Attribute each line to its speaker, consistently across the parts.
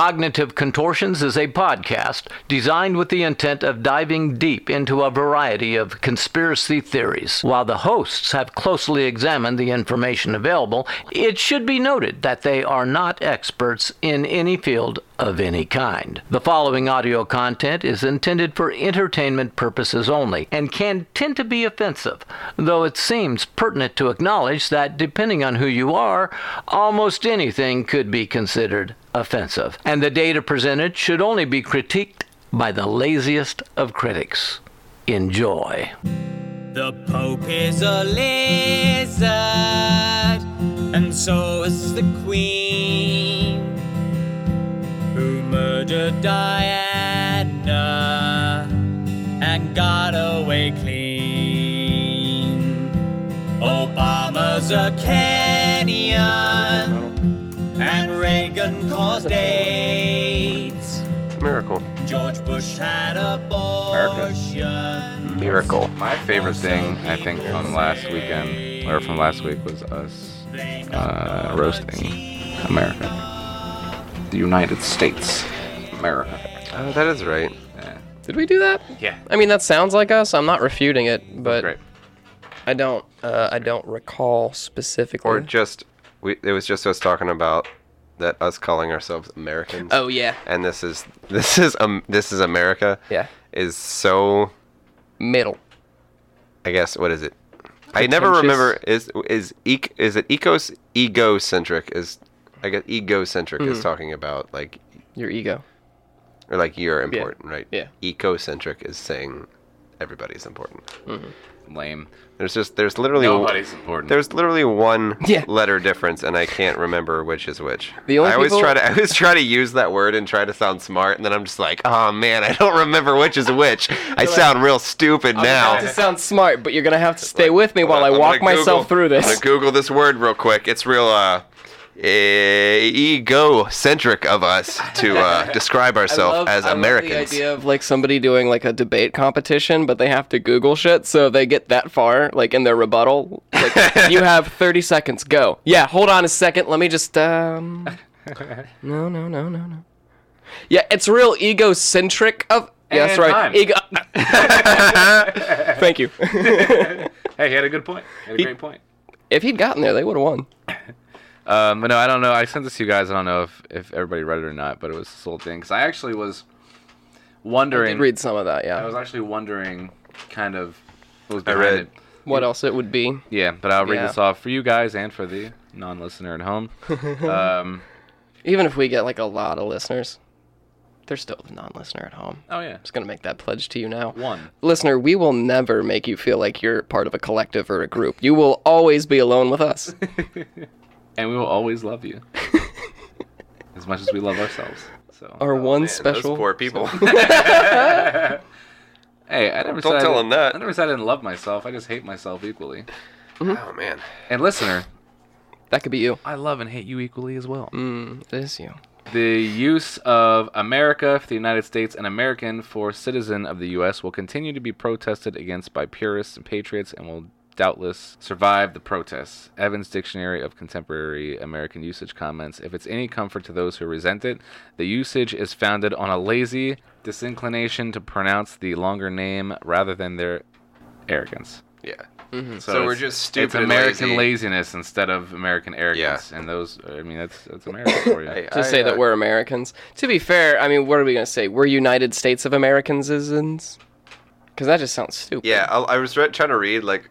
Speaker 1: Cognitive Contortions is a podcast designed with the intent of diving deep into a variety of conspiracy theories. While the hosts have closely examined the information available, it should be noted that they are not experts in any field of any kind. The following audio content is intended for entertainment purposes only and can tend to be offensive, though it seems pertinent to acknowledge that depending on who you are, almost anything could be considered offensive, and the data presented should only be critiqued by the laziest of critics. Enjoy.
Speaker 2: The Pope is a lizard, and so is the Queen, who murdered Diana and got away clean. Obama's a Kenyan, and Reagan caused AIDS.
Speaker 3: Miracle.
Speaker 2: George Bush had abortion.
Speaker 3: Miracle. My favorite thing, I think, from last weekend, or from last week, was us uh, roasting America. The United States. America.
Speaker 4: Oh, that is right.
Speaker 3: Yeah.
Speaker 4: Did we do that?
Speaker 3: Yeah.
Speaker 4: I mean, that sounds like us. I'm not refuting it, but
Speaker 3: Great.
Speaker 4: I don't. Uh, I don't recall specifically.
Speaker 5: or just we it was just us talking about that us calling ourselves Americans.
Speaker 4: oh yeah,
Speaker 5: And this is this is um this is America.
Speaker 4: Yeah.
Speaker 5: Is so
Speaker 4: middle.
Speaker 5: I guess what is it? I never remember is is ec- is it ecos egocentric is I guess egocentric
Speaker 4: Mm-hmm.
Speaker 5: is talking about like
Speaker 4: Your ego.
Speaker 5: or like you're important, right?
Speaker 4: Yeah.
Speaker 5: Ecocentric is saying everybody's important.
Speaker 3: Lame.
Speaker 5: There's just there's literally
Speaker 3: Nobody's important.
Speaker 5: There's literally one
Speaker 4: Yeah.
Speaker 5: letter difference, and I can't remember which is which.
Speaker 4: The only
Speaker 5: I always
Speaker 4: people-
Speaker 5: try to I always try to use that word and try to sound smart, and then I'm just like, oh man, I don't remember which is which. I sound real stupid now.
Speaker 4: To sound smart, but you're gonna have to stay with me while I
Speaker 5: I'm gonna
Speaker 4: walk
Speaker 5: Google-
Speaker 4: myself through
Speaker 5: I'm
Speaker 4: this.
Speaker 5: gonna Google this word real quick. It's real uh, eh, egocentric of us to uh, describe ourselves as
Speaker 4: I
Speaker 5: Americans.
Speaker 4: the idea of like somebody doing like a debate competition, but they have to Google shit, so they get that far, like in their rebuttal. Like, you have 30 seconds. Go. Yeah, hold on a second. Let me just. um... No, no, no, no, no. Yeah, it's real egocentric of. Yeah, that's
Speaker 3: And
Speaker 4: right.
Speaker 3: time.
Speaker 4: Ego. Thank you.
Speaker 3: Hey, he had a good point. He had a great point.
Speaker 4: if he'd gotten there, they would have won.
Speaker 3: Um, but no, I don't know. I sent this to you guys. I don't know if, if everybody read it or not, but it was this whole thing. Because I actually was
Speaker 4: I
Speaker 3: wondering.
Speaker 4: did read some of that.
Speaker 3: I
Speaker 4: Yeah.
Speaker 3: was actually wondering kind of what was
Speaker 5: I
Speaker 3: behind
Speaker 5: read.
Speaker 3: it.
Speaker 4: What else it would be?
Speaker 3: Yeah, but I'll read
Speaker 4: Yeah.
Speaker 3: this off for you guys and for the non listener at home. um,
Speaker 4: Even if we get like a lot of listeners, there's still a non-listener at home.
Speaker 3: oh, yeah.
Speaker 4: just gonna make that pledge to you now.
Speaker 3: One.
Speaker 4: Listener, we will never make you feel like you're part of a collective or a group. You will always be alone with us.
Speaker 3: And we will always love you as much as we love ourselves. So.
Speaker 4: Our one
Speaker 5: Oh, Man,
Speaker 4: special.
Speaker 5: Those poor people.
Speaker 3: Hey, I never
Speaker 5: Don't
Speaker 3: said I
Speaker 5: tell
Speaker 3: didn't-
Speaker 5: him that.
Speaker 3: I never said I didn't love myself. I just hate myself equally.
Speaker 5: oh man.
Speaker 3: And listener,
Speaker 4: That could be you.
Speaker 3: I love and hate you equally as well.
Speaker 4: It is you.
Speaker 3: The use of America for the United States and American for citizen of the U.S. will continue to be protested against by purists and patriots and will doubtless survive the protests. Evans Dictionary of Contemporary American Usage comments If it's any comfort to those who resent it, the usage is founded on a lazy disinclination to pronounce the longer name rather than their arrogance.
Speaker 5: Yeah.
Speaker 4: Hmm.
Speaker 3: So,
Speaker 5: we're
Speaker 3: it's-
Speaker 5: just stupid
Speaker 3: It's
Speaker 5: and
Speaker 3: American
Speaker 5: lazy.
Speaker 3: laziness instead of American arrogance, and those. I mean, that's that's America for you.
Speaker 5: Hey,
Speaker 4: To say
Speaker 5: I,
Speaker 4: that
Speaker 5: uh,
Speaker 4: we're Americans. To be fair, I mean, what are we gonna say? We're United States of American citizens. Because that just sounds stupid.
Speaker 5: Yeah, I, I was re- trying to read like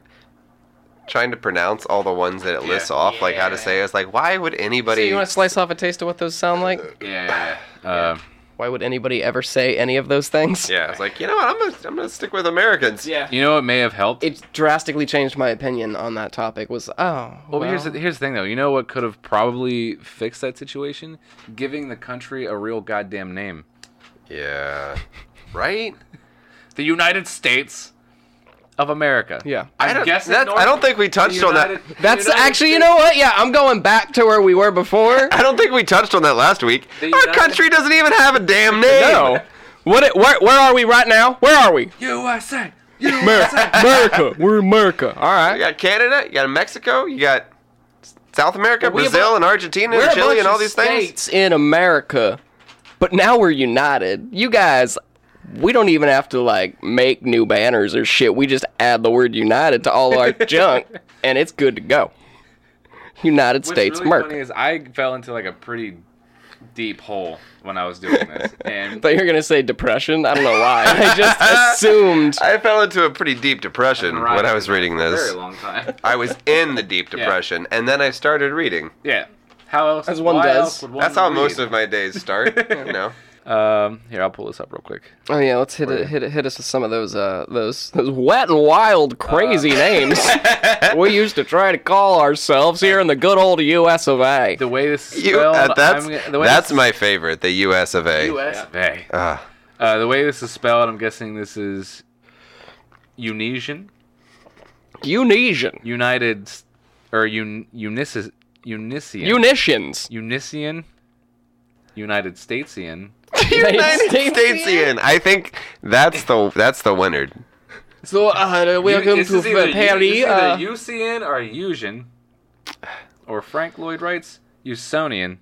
Speaker 5: trying to pronounce all the ones that it lists off, like how to say. it. I was like, why would
Speaker 4: So
Speaker 5: anybody?
Speaker 4: you want to slice off a taste of what those sound like?
Speaker 3: yeah, yeah. Uh,
Speaker 4: Why would anybody ever say any of those things?
Speaker 5: yeah, I was like, you know what? I'm gonna I'm gonna stick with Americans. Yeah.
Speaker 3: you know what may have helped?
Speaker 4: It drastically changed my opinion on that topic. Was oh,
Speaker 3: well, here's the, here's the thing though. You know what could have probably fixed that situation? Giving the country a real goddamn name,
Speaker 5: Yeah. Right.
Speaker 3: the United States of America.
Speaker 4: yeah.
Speaker 5: I don't.
Speaker 3: guessing
Speaker 5: That's,
Speaker 3: North-
Speaker 5: I don't think we touched on that.
Speaker 3: United-
Speaker 4: That's
Speaker 3: United
Speaker 4: actually, you know what? Yeah, I'm going back to where we were before.
Speaker 5: I don't think we touched on that last week.
Speaker 3: The
Speaker 5: Our
Speaker 3: United-
Speaker 5: country doesn't even have a damn name.
Speaker 4: No. What? It, where, where are we right now? Where are we?
Speaker 3: USA.
Speaker 4: America. America. We're America. All
Speaker 5: You
Speaker 4: right.
Speaker 5: got Canada. You got Mexico. You got South America,
Speaker 4: we have
Speaker 5: Brazil,
Speaker 4: a-
Speaker 5: and Argentina,
Speaker 4: We're
Speaker 5: and
Speaker 4: a
Speaker 5: Chile,
Speaker 4: bunch
Speaker 5: and all
Speaker 4: of
Speaker 5: these things.
Speaker 4: states in America. But now we're united. You guys, we don't even have to like make new banners or shit. We just add the word united to all our junk and it's good to go. United
Speaker 3: What's
Speaker 4: States
Speaker 3: really
Speaker 4: Merc.
Speaker 3: funny is I fell into like a pretty deep hole when I was doing this, and
Speaker 4: thought you were gonna say depression. I don't know why. I just assumed.
Speaker 5: I fell into a pretty deep depression
Speaker 3: Right.
Speaker 5: when I was reading
Speaker 3: for a
Speaker 5: this.
Speaker 3: very long time.
Speaker 5: I was in the deep
Speaker 3: Yeah.
Speaker 5: depression, and then I started reading.
Speaker 3: Yeah. How else?
Speaker 4: As one
Speaker 3: why
Speaker 4: does.
Speaker 3: else would one
Speaker 5: That's how
Speaker 3: read?
Speaker 5: most of my days start. you know,
Speaker 3: Um, here I'll pull this up real quick.
Speaker 4: Oh yeah, let's hit it, hit it, hit us with some of those uh those those wet and wild crazy names we used to try to call ourselves here in the good old U.S. of A.
Speaker 3: The way this is
Speaker 5: you,
Speaker 3: spelled,
Speaker 5: uh, that's
Speaker 3: I'm gonna- the way
Speaker 5: that's
Speaker 3: this-
Speaker 5: my favorite. The U.S. of A.
Speaker 3: Yeah. Hey.
Speaker 5: Ugh.
Speaker 3: Uh, the way this is spelled, I'm guessing this is Unisian,
Speaker 4: Unisian,
Speaker 3: United, S- or un, Unicis, Unisian,
Speaker 4: Unisians,
Speaker 3: Unisian, United Statesian.
Speaker 5: United Statesian. I think that's the that's the winner.
Speaker 4: So uh, welcome
Speaker 3: This
Speaker 4: to
Speaker 3: is either-
Speaker 4: Paris.
Speaker 3: It's
Speaker 4: Uh,
Speaker 3: either Usian or Eusian, or Frank Lloyd Wright's Usonian.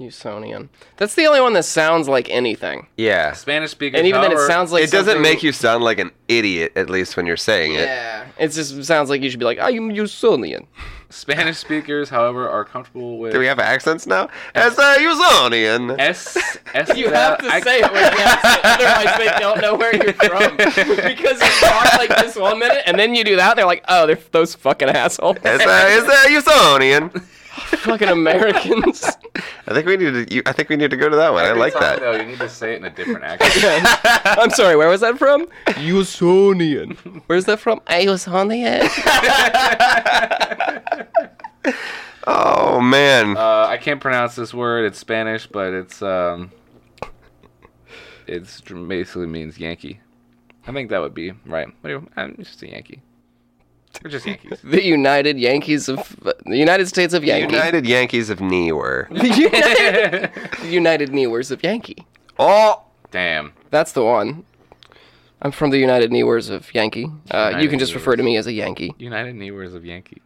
Speaker 4: Usonian. That's the only one that sounds like anything.
Speaker 5: Yeah.
Speaker 3: Spanish speaking.
Speaker 4: And even then, it sounds like
Speaker 5: It doesn't
Speaker 4: something-
Speaker 5: make you sound like an idiot, at least when you're saying it.
Speaker 4: Yeah, it just sounds like you should be like, I'm Usonian.
Speaker 3: Spanish speakers, however, are comfortable with
Speaker 5: Do we have accents now? As a Usonian.
Speaker 3: S S.
Speaker 4: You have to say it with the accent, otherwise they don't know where you're from. because you talk like this one minute, and then you do that, and they're like, oh, they're those fucking assholes.
Speaker 5: As a, as a Usonian.
Speaker 4: fucking Americans.
Speaker 5: I think we need to. You, I think we need to go to that one. I like that.
Speaker 3: No, you need to say it in a different accent.
Speaker 4: I'm sorry, where was that from? Usonian. Where's that from? Usonian.
Speaker 5: Oh man.
Speaker 3: Uh, I can't pronounce this word. It's Spanish, but it's um, it's dr- basically means Yankee. I think that would be right. What do you, I'm just a Yankee. We're just Yankees.
Speaker 4: The United Yankees of the United States of Yankee.
Speaker 5: United Yankees of Newer.
Speaker 4: The United, the United Newers of Yankee.
Speaker 5: Oh.
Speaker 3: Damn.
Speaker 4: That's the one. I'm from the United Newers of Yankee. Uh, you
Speaker 3: United
Speaker 4: can just refer to me as a Yankee.
Speaker 3: United Newers of Yankee.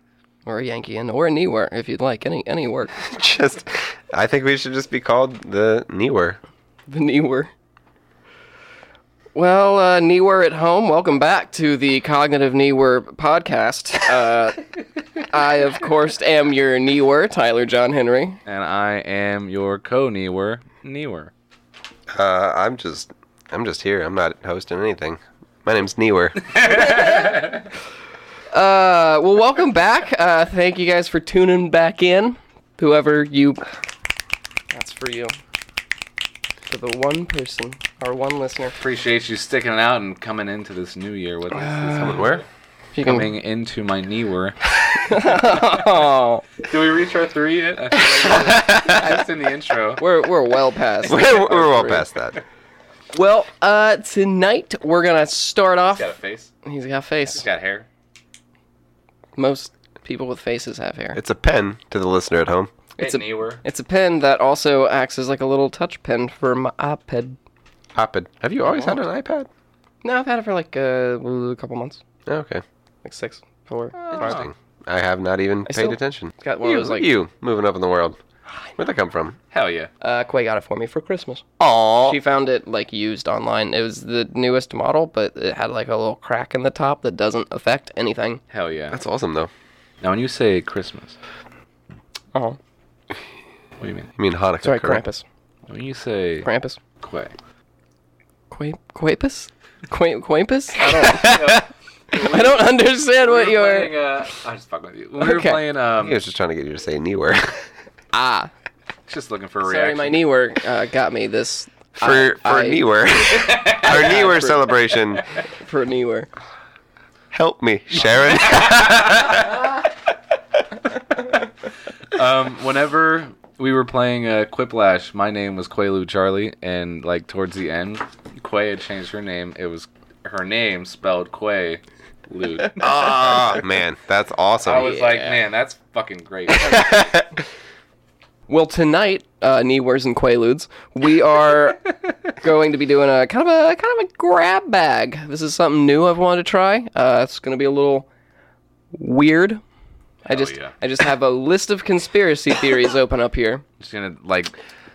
Speaker 4: or a Yankee and or a knee work if you'd like any any work
Speaker 5: Just. I think we should just be called the Newer.
Speaker 4: the knee work. Well, uh, knee work at home. Welcome back to the Cognitive Knee Work podcast. Uh, I of course am your knee work, Tyler John Henry.
Speaker 3: And I am your co-newer, newer.
Speaker 5: Uh, I'm just. I'm just here. I'm not hosting anything. My name's Newer.
Speaker 4: Uh, well, welcome back. Uh, thank you guys for tuning back in. Whoever you, that's for you. For the one person, our one listener.
Speaker 3: Appreciate you sticking it out and coming into this new year with us. Coming
Speaker 5: Where?
Speaker 4: If you can-
Speaker 3: Coming into my newer.
Speaker 4: Oh,
Speaker 3: Do we reach our three yet? I feel like we're just in the intro.
Speaker 4: we're we're well past.
Speaker 5: We're, we're well past that.
Speaker 4: Well, uh, tonight we're gonna start off.
Speaker 3: Got a face.
Speaker 4: He's got a face.
Speaker 3: Got hair.
Speaker 4: Most people with faces have hair.
Speaker 5: It's a pen to the listener at home.
Speaker 4: It's
Speaker 3: It's
Speaker 4: a-
Speaker 3: a newer.
Speaker 4: It's a pen that also acts as like a little touch pen for my iPad.
Speaker 5: iPad. Have you always had
Speaker 4: Oh.
Speaker 5: an iPad?
Speaker 4: No, I've had it for like uh, a couple months,
Speaker 5: Oh, okay.
Speaker 4: like six, four.
Speaker 5: Interesting. I have not even paid
Speaker 4: still-
Speaker 5: attention.
Speaker 4: It's got one
Speaker 5: Uh, You,
Speaker 4: of those like.
Speaker 5: you moving up in the world. Where'd that come from?
Speaker 3: Hell yeah.
Speaker 4: Uh, Quay got it for me for Christmas.
Speaker 5: Aw.
Speaker 4: She found it like used online. It was the newest model, but it had like a little crack in the top that doesn't affect anything.
Speaker 3: Hell yeah.
Speaker 5: That's awesome though.
Speaker 3: Now, when you say Christmas,
Speaker 4: Oh,
Speaker 3: what do you mean?
Speaker 5: You mean Hanukkah?
Speaker 4: sorry,
Speaker 5: Uh-huh. correct?
Speaker 4: Krampus.
Speaker 3: When you say
Speaker 4: Krampus.
Speaker 3: quay,
Speaker 4: Quape, Quapus? Quape, Quapus? I don't, I don't understand what
Speaker 3: we were playing,
Speaker 4: you're.
Speaker 3: uh, I'm just fucking with you. When we were
Speaker 4: Okay.
Speaker 3: playing, um,
Speaker 5: He was just trying to get you to say anywhere.
Speaker 4: Ah,
Speaker 3: just looking for a
Speaker 4: sorry,
Speaker 3: reaction.
Speaker 4: my knee work uh, got me this
Speaker 5: for for
Speaker 4: I-
Speaker 5: anywhere. Our anywhere celebration.
Speaker 4: for knee work.
Speaker 5: Help me, Sharon.
Speaker 3: Um, whenever we were playing uh, Quiplash, my name was Quaalu Charlie, and like towards the end, Quay had changed her name. It was her name spelled Quay. Lude.
Speaker 5: oh man, that's awesome.
Speaker 3: I was like,
Speaker 4: yeah.
Speaker 3: man, that's fucking great.
Speaker 4: Well, tonight, uh, knee wears and quaaludes, we are going to be doing a kind of a kind of a grab bag. This is something new I've wanted to try. Uh, it's going to be a little weird. I just
Speaker 3: yeah.
Speaker 4: I just have a list of conspiracy theories open up here.
Speaker 3: just gonna like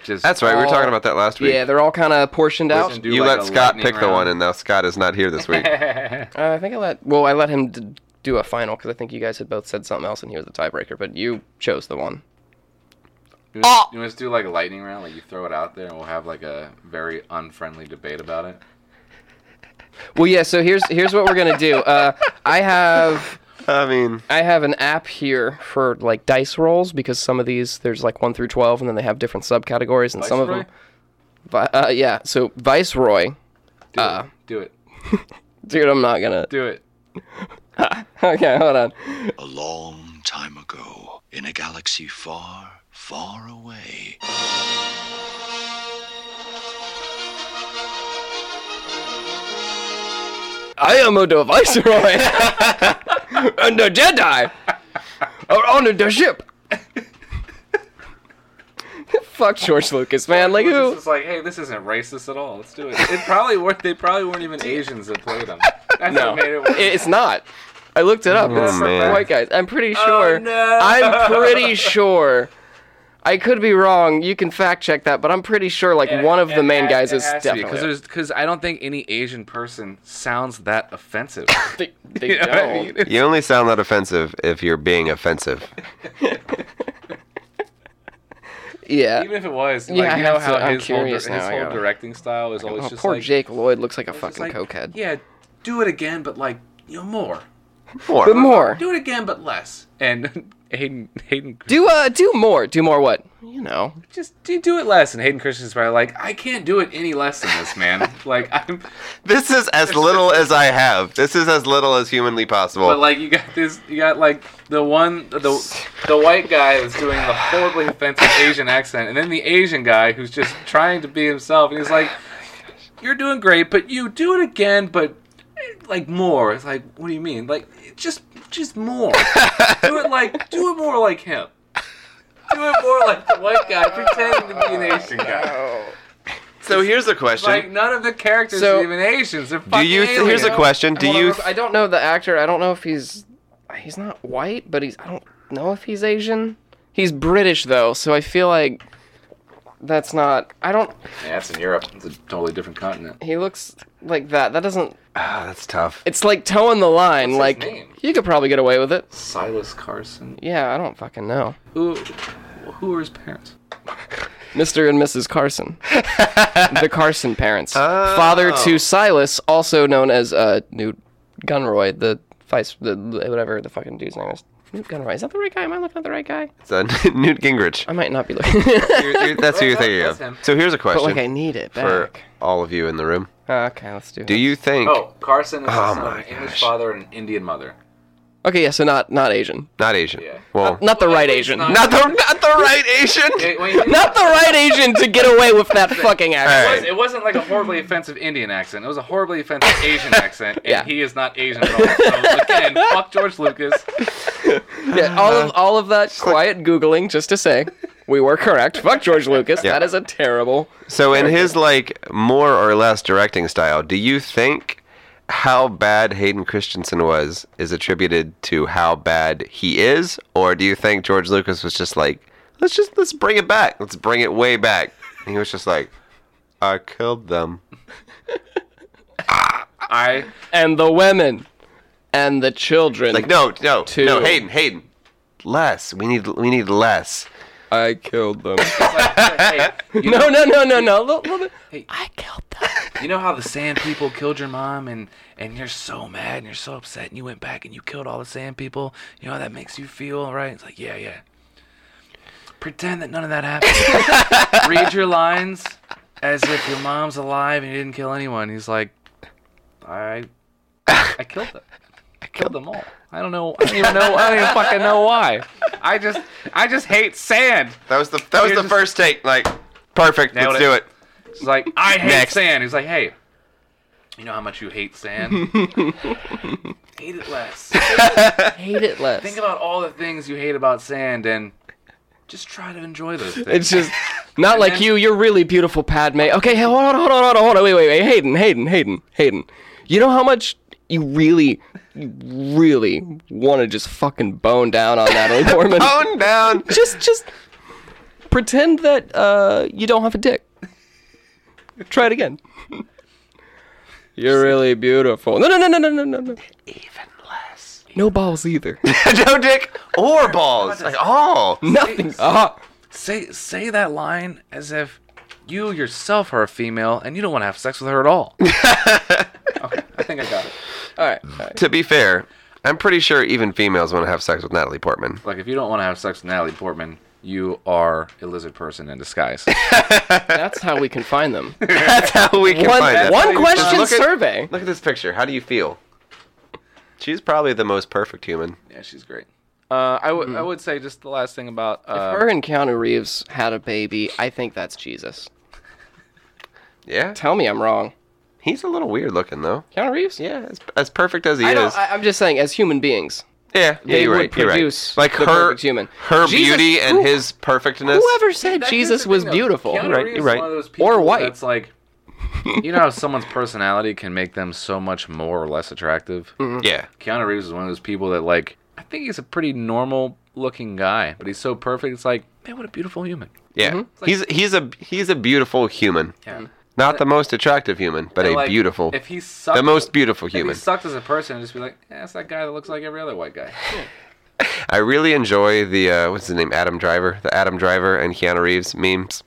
Speaker 3: just
Speaker 5: That's right. We were
Speaker 4: all-
Speaker 5: talking about that last week.
Speaker 4: Yeah, they're all kind of portioned out.
Speaker 3: Listen, do
Speaker 5: you
Speaker 3: like
Speaker 5: let
Speaker 3: a
Speaker 5: Scott
Speaker 3: lightning
Speaker 5: pick the one,
Speaker 3: round.
Speaker 5: and now Scott is not here this week.
Speaker 4: Uh, I think I let. Well, I let him d- do a final because I think you guys had both said something else, and he was the tiebreaker. But you chose the one.
Speaker 3: You want, you want us to do like a lightning round? Like you throw it out there and we'll have like a very unfriendly debate about it.
Speaker 4: Well, yeah. So here's here's what we're gonna do. Uh, I have
Speaker 5: I mean,
Speaker 4: I have an app here for like dice rolls because some of these there's like one through twelve, and then they have different subcategories, and some of
Speaker 3: Viceroy?
Speaker 4: them. Vi- uh, yeah. So Viceroy,
Speaker 3: Do,
Speaker 4: Uh,
Speaker 3: it. do it.
Speaker 4: dude, I'm not gonna.
Speaker 3: Do it.
Speaker 4: Okay, hold on.
Speaker 6: A long time ago, in a galaxy far, far away,
Speaker 4: I am a Viceroy and a Jedi are on the ship. Fuck George Lucas, man. Like
Speaker 3: It's
Speaker 4: who?
Speaker 3: just like, hey, this isn't racist at all. Let's do it. It probably weren't. They probably weren't even Asians that played them. That's what made it worse.
Speaker 4: It's not. I looked it up. it's
Speaker 5: man.
Speaker 4: white guys. I'm pretty sure.
Speaker 3: Oh, no.
Speaker 4: I'm pretty sure. I could be wrong. You can fact check that, but I'm pretty sure like one of the main guys is
Speaker 3: because
Speaker 4: definitely.
Speaker 3: there's because I don't think any Asian person sounds that offensive.
Speaker 4: They, they
Speaker 3: You know what I
Speaker 4: don't.
Speaker 3: mean? It's-
Speaker 5: you only sound that offensive if you're being offensive.
Speaker 4: Yeah.
Speaker 3: Even if it was, like,
Speaker 4: Yeah, I
Speaker 3: you know
Speaker 4: have
Speaker 3: how
Speaker 4: to- I'm
Speaker 3: his whole, dir-
Speaker 4: curious
Speaker 3: his
Speaker 4: now, I
Speaker 3: whole
Speaker 4: gotta-
Speaker 3: directing style is always
Speaker 4: oh,
Speaker 3: just
Speaker 4: poor
Speaker 3: like,
Speaker 4: Jake Lloyd looks like a
Speaker 3: it's
Speaker 4: fucking
Speaker 3: like,
Speaker 4: cokehead.
Speaker 3: Yeah, do it again, but like you know more.
Speaker 5: More.
Speaker 4: But more.
Speaker 3: Do it again, but less. And Hayden Hayden
Speaker 4: Do uh do more. Do more what? You know.
Speaker 3: just do, do it less. And Hayden Christian's probably like, I can't do it any less than this, man. like I'm,
Speaker 5: This is as little as I have. This is as little as humanly possible.
Speaker 3: but like you got this, you got like the one the the white guy that's doing the horribly offensive Asian accent, and then the Asian guy who's just trying to be himself, and he's like, you're doing great, but you do it again, but eh, like more. It's like, what do you mean? Like just just more. do it like do it more like him. Do it more like the white guy pretending to be an Asian guy.
Speaker 5: so here's a question.
Speaker 3: Like none of the characters
Speaker 4: So-
Speaker 3: are even Asians. They're
Speaker 5: do
Speaker 3: fucking
Speaker 5: you? Th- here's
Speaker 3: aliens.
Speaker 5: a question. Do
Speaker 4: Hold on,
Speaker 5: you?
Speaker 4: real quick. I don't know the actor. I don't know if he's he's not white, but he's I don't know if he's Asian. He's British though, so I feel like that's not. I don't.
Speaker 3: Yeah, that's in Europe. It's a totally different continent.
Speaker 4: He looks like that. That doesn't.
Speaker 5: Ah, that's tough.
Speaker 4: It's like toeing the line.
Speaker 3: What's
Speaker 4: like
Speaker 3: his name?
Speaker 4: you could probably get away with it.
Speaker 3: Silas Carson.
Speaker 4: Yeah, I don't fucking know.
Speaker 3: Who, who are his parents?
Speaker 4: Mr. and Mrs. Carson, the Carson parents, father to Silas, also known as uh, Newt Gunroy, the vice, the whatever the fucking dude's name is. Newt Gunroy. Is that the right guy? Am I looking at the right guy?
Speaker 5: It's uh, Newt Gingrich.
Speaker 4: I might not be looking.
Speaker 5: You're- you're- that's who you're
Speaker 3: Well,
Speaker 5: thinking
Speaker 3: that's him.
Speaker 5: of. So here's a
Speaker 4: but
Speaker 5: question
Speaker 4: like I need it
Speaker 5: for
Speaker 4: back.
Speaker 5: all of you in the room.
Speaker 4: okay, let's do.
Speaker 5: Do you think?
Speaker 3: Oh, Carson is the
Speaker 5: Oh
Speaker 3: son of
Speaker 5: my
Speaker 3: an English
Speaker 5: gosh.
Speaker 3: father and an Indian mother.
Speaker 4: Okay, yeah. So not not Asian.
Speaker 5: Not Asian.
Speaker 3: Yeah.
Speaker 5: Well,
Speaker 4: Not the right Asian.
Speaker 3: not-
Speaker 4: Not,
Speaker 5: not the not the right Asian.
Speaker 3: Wait, wait, it,
Speaker 4: the right Asian to get away with that fucking accent.
Speaker 5: All
Speaker 3: was, it wasn't like a horribly offensive Indian accent. It was a horribly offensive Asian accent, and
Speaker 4: Yeah.
Speaker 3: he is not Asian at all. So again, fuck George Lucas.
Speaker 4: Yeah, all of all of that quiet googling just to say we were correct. Fuck George Lucas.
Speaker 5: Yeah.
Speaker 4: That is a terrible.
Speaker 5: So in his like more or less directing style, do you think how bad Hayden Christensen was is attributed to how bad he is, or do you think George Lucas was just like, let's just let's bring it back, let's bring it way back? And he was just like, I killed them.
Speaker 3: I
Speaker 4: And the women, and the children.
Speaker 5: Like no, no,
Speaker 4: Two.
Speaker 5: no, Hayden, Hayden, less. We need we need less.
Speaker 4: I killed them.
Speaker 3: hey, you
Speaker 4: no,
Speaker 3: know,
Speaker 4: no, no, no, no. Look, look,
Speaker 3: you know how the sand people killed your mom, and and you're so mad and you're so upset, and you went back and you killed all the sand people. You know how that makes you feel, right? It's like yeah, yeah. Pretend that none of that happened. Read your lines as if your mom's alive and you didn't kill anyone. He's like, I, I killed them. I killed them all. I don't know. I don't even know. I don't even fucking know why. I just, I just hate sand.
Speaker 5: That was the that was
Speaker 3: You're
Speaker 5: the
Speaker 3: just-
Speaker 5: first take. Like perfect.
Speaker 3: Nailed
Speaker 5: let's
Speaker 3: it.
Speaker 5: do it.
Speaker 3: He's like, I hate
Speaker 5: Next.
Speaker 3: sand. He's like, hey, you know how much you hate sand? hate it less.
Speaker 4: Hate it less.
Speaker 3: Think about all the things you hate about sand and just try to enjoy those things.
Speaker 4: It's just not like
Speaker 3: then-
Speaker 4: you. You're really beautiful, Padme. Okay, hey, hold on, hold on, hold on, hold on. Wait, wait, wait. Hayden, Hayden, Hayden, Hayden. You know how much you really, you really Oh, want to just fucking bone down on that old woman?
Speaker 5: Bone down.
Speaker 4: Just, just pretend that uh, you don't have a dick. Try it again. You're really beautiful. No, no, no, no, no, no, no, no.
Speaker 5: Even less.
Speaker 4: No balls either.
Speaker 5: no dick or balls. Like, oh.
Speaker 4: Nothing. Ah,
Speaker 3: Say say that line as if you yourself are a female and you don't want to have sex with her at all. okay, I think I got it.
Speaker 4: all right. All right.
Speaker 5: To be fair, I'm pretty sure even females want to have sex with Natalie Portman.
Speaker 3: Like if you don't want to have sex with Natalie Portman, you are a lizard person in disguise.
Speaker 4: That's how we can find them.
Speaker 5: That's how we can
Speaker 4: One,
Speaker 5: find that.
Speaker 4: one question
Speaker 5: Look at-
Speaker 4: survey.
Speaker 5: Look at this picture. How do you feel? She's probably the most perfect human.
Speaker 3: yeah, she's great. Uh, I would I would say just the last thing about uh,
Speaker 4: Her and Keanu Reeves had a baby. I think that's Jesus.
Speaker 5: Yeah.
Speaker 4: Tell me I'm wrong.
Speaker 5: He's a little weird looking though.
Speaker 4: Keanu Reeves?
Speaker 5: Yeah, as, as perfect as he
Speaker 4: I
Speaker 5: is.
Speaker 4: don't, I, I'm just saying, as human beings,
Speaker 5: yeah, yeah,
Speaker 4: they
Speaker 5: you're
Speaker 4: would
Speaker 5: right. You're right.
Speaker 4: produce
Speaker 5: Like
Speaker 4: the
Speaker 5: her,
Speaker 4: perfect human.
Speaker 5: her
Speaker 4: Jesus,
Speaker 5: beauty and
Speaker 4: who-
Speaker 5: his perfectness.
Speaker 4: whoever said
Speaker 3: That- here's
Speaker 4: Jesus
Speaker 3: the
Speaker 4: was
Speaker 3: thing, though.
Speaker 4: beautiful.
Speaker 3: Keanu
Speaker 5: Right,
Speaker 3: Reeves
Speaker 5: you're
Speaker 3: is
Speaker 5: right.
Speaker 3: one of those people
Speaker 4: Or white.
Speaker 3: That's like, you know how someone's personality can make them so much more or less attractive.
Speaker 5: Yeah.
Speaker 3: Keanu Reeves is one of those people that like, I think he's a pretty normal looking guy, but he's so perfect. It's like, man, what a beautiful human.
Speaker 5: Yeah.
Speaker 4: Mm-hmm.
Speaker 5: He's he's a he's a beautiful human. Not the most attractive human, but
Speaker 3: And,
Speaker 5: a
Speaker 3: like,
Speaker 5: beautiful.
Speaker 3: If he sucked,
Speaker 5: the most beautiful human.
Speaker 3: If he sucked as a person, I'd just be like, yeah, it's that guy that looks like every other white guy.
Speaker 5: I really enjoy the uh, what's his name, Adam Driver, the Adam Driver and Keanu Reeves memes.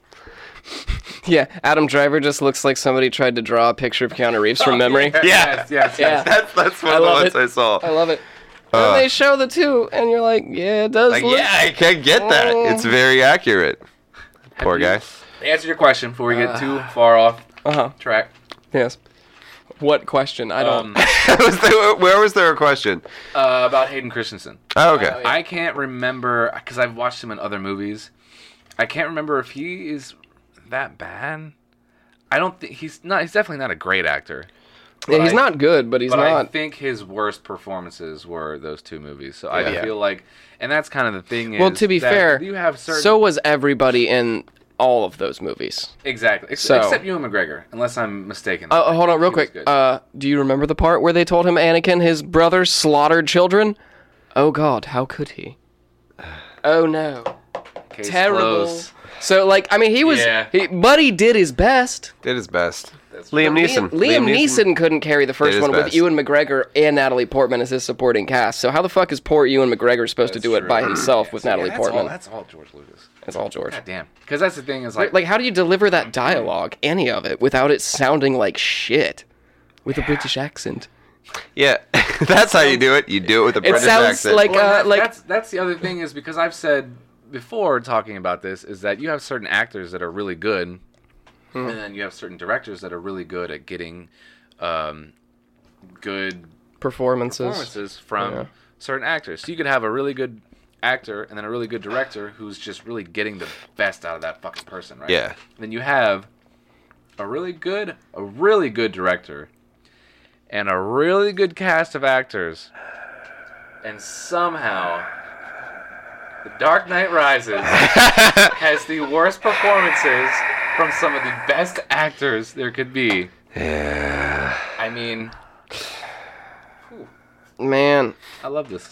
Speaker 4: Yeah, Adam Driver just looks like somebody tried to draw a picture of Keanu Reeves
Speaker 3: Oh,
Speaker 4: from memory.
Speaker 3: yes, yes, yes.
Speaker 4: Yeah.
Speaker 5: That's that's one of the
Speaker 4: love
Speaker 5: ones
Speaker 4: it.
Speaker 5: I saw.
Speaker 4: I love it. and they show the two, and you're like, yeah, it does
Speaker 5: Like,
Speaker 4: look.
Speaker 5: yeah, I can get that.
Speaker 4: Oh.
Speaker 5: It's very accurate. Poor
Speaker 3: you-
Speaker 5: guy.
Speaker 3: Answer your question before we get
Speaker 5: Uh.
Speaker 3: too far off
Speaker 4: Uh-huh.
Speaker 3: track.
Speaker 4: Yes. What question? I don't.
Speaker 3: Um,
Speaker 5: Was there- where was there a question?
Speaker 3: uh, about Hayden Christensen.
Speaker 5: Oh, okay.
Speaker 3: I can't remember because I've watched him in other movies. I can't remember if he is that bad. I don't think he's not. He's definitely not a great actor.
Speaker 4: yeah, he's
Speaker 3: I-
Speaker 4: not good, but he's
Speaker 3: But I
Speaker 4: not.
Speaker 3: think his worst performances were those two movies. So
Speaker 5: Yeah.
Speaker 3: I feel like, and that's kind of the thing. Is
Speaker 4: well, to be
Speaker 3: that
Speaker 4: fair,
Speaker 3: you have certain
Speaker 4: so was everybody in all of those movies.
Speaker 3: exactly ex-
Speaker 4: so-
Speaker 3: except Ewan McGregor, unless I'm mistaken.
Speaker 4: Uh, hold on, real
Speaker 3: He was
Speaker 4: quick.
Speaker 3: good.
Speaker 4: Uh, do you remember the part where they told him Anakin, his brother, slaughtered children? Oh God, how could he? Oh no,
Speaker 3: Case
Speaker 4: terrible.
Speaker 3: closed.
Speaker 4: So like, I mean, he was,
Speaker 3: Yeah.
Speaker 4: he, but he did his best.
Speaker 5: Did his best. Liam Neeson.
Speaker 4: Liam, Liam Neeson, couldn't carry the
Speaker 5: Did
Speaker 4: first
Speaker 5: his
Speaker 4: one with
Speaker 5: best.
Speaker 4: Ewan McGregor and Natalie Portman as his supporting cast. So how the fuck is poor Ewan McGregor supposed to do it by himself with
Speaker 3: Yeah,
Speaker 4: Natalie
Speaker 3: that's
Speaker 4: Portman?
Speaker 3: All, that's all George Lucas.
Speaker 4: It's all George.
Speaker 3: God damn. Because that's the thing is like
Speaker 4: Like, how do you deliver that dialogue, any of it, without it sounding like shit, with a British accent?
Speaker 5: Yeah, that's how you do it. You do it with a British
Speaker 4: sounds
Speaker 5: accent.
Speaker 4: like-
Speaker 3: Well,
Speaker 4: uh,
Speaker 3: that's,
Speaker 4: like-
Speaker 3: that's that's the other thing is because I've said before talking about this is that you have certain actors that are really good, and then you have certain directors that are really good at getting um, good
Speaker 4: Performances.
Speaker 3: performances from certain actors. So you could have a really good actor and then a really good director who's just really getting the best out of that fucking person, right?
Speaker 5: Yeah.
Speaker 3: Then you have a really good, a really good director, and a really good cast of actors, and somehow The Dark Knight Rises has the worst performances from some of the best actors there could be.
Speaker 5: yeah.
Speaker 3: I mean,
Speaker 4: Man,
Speaker 3: I love this.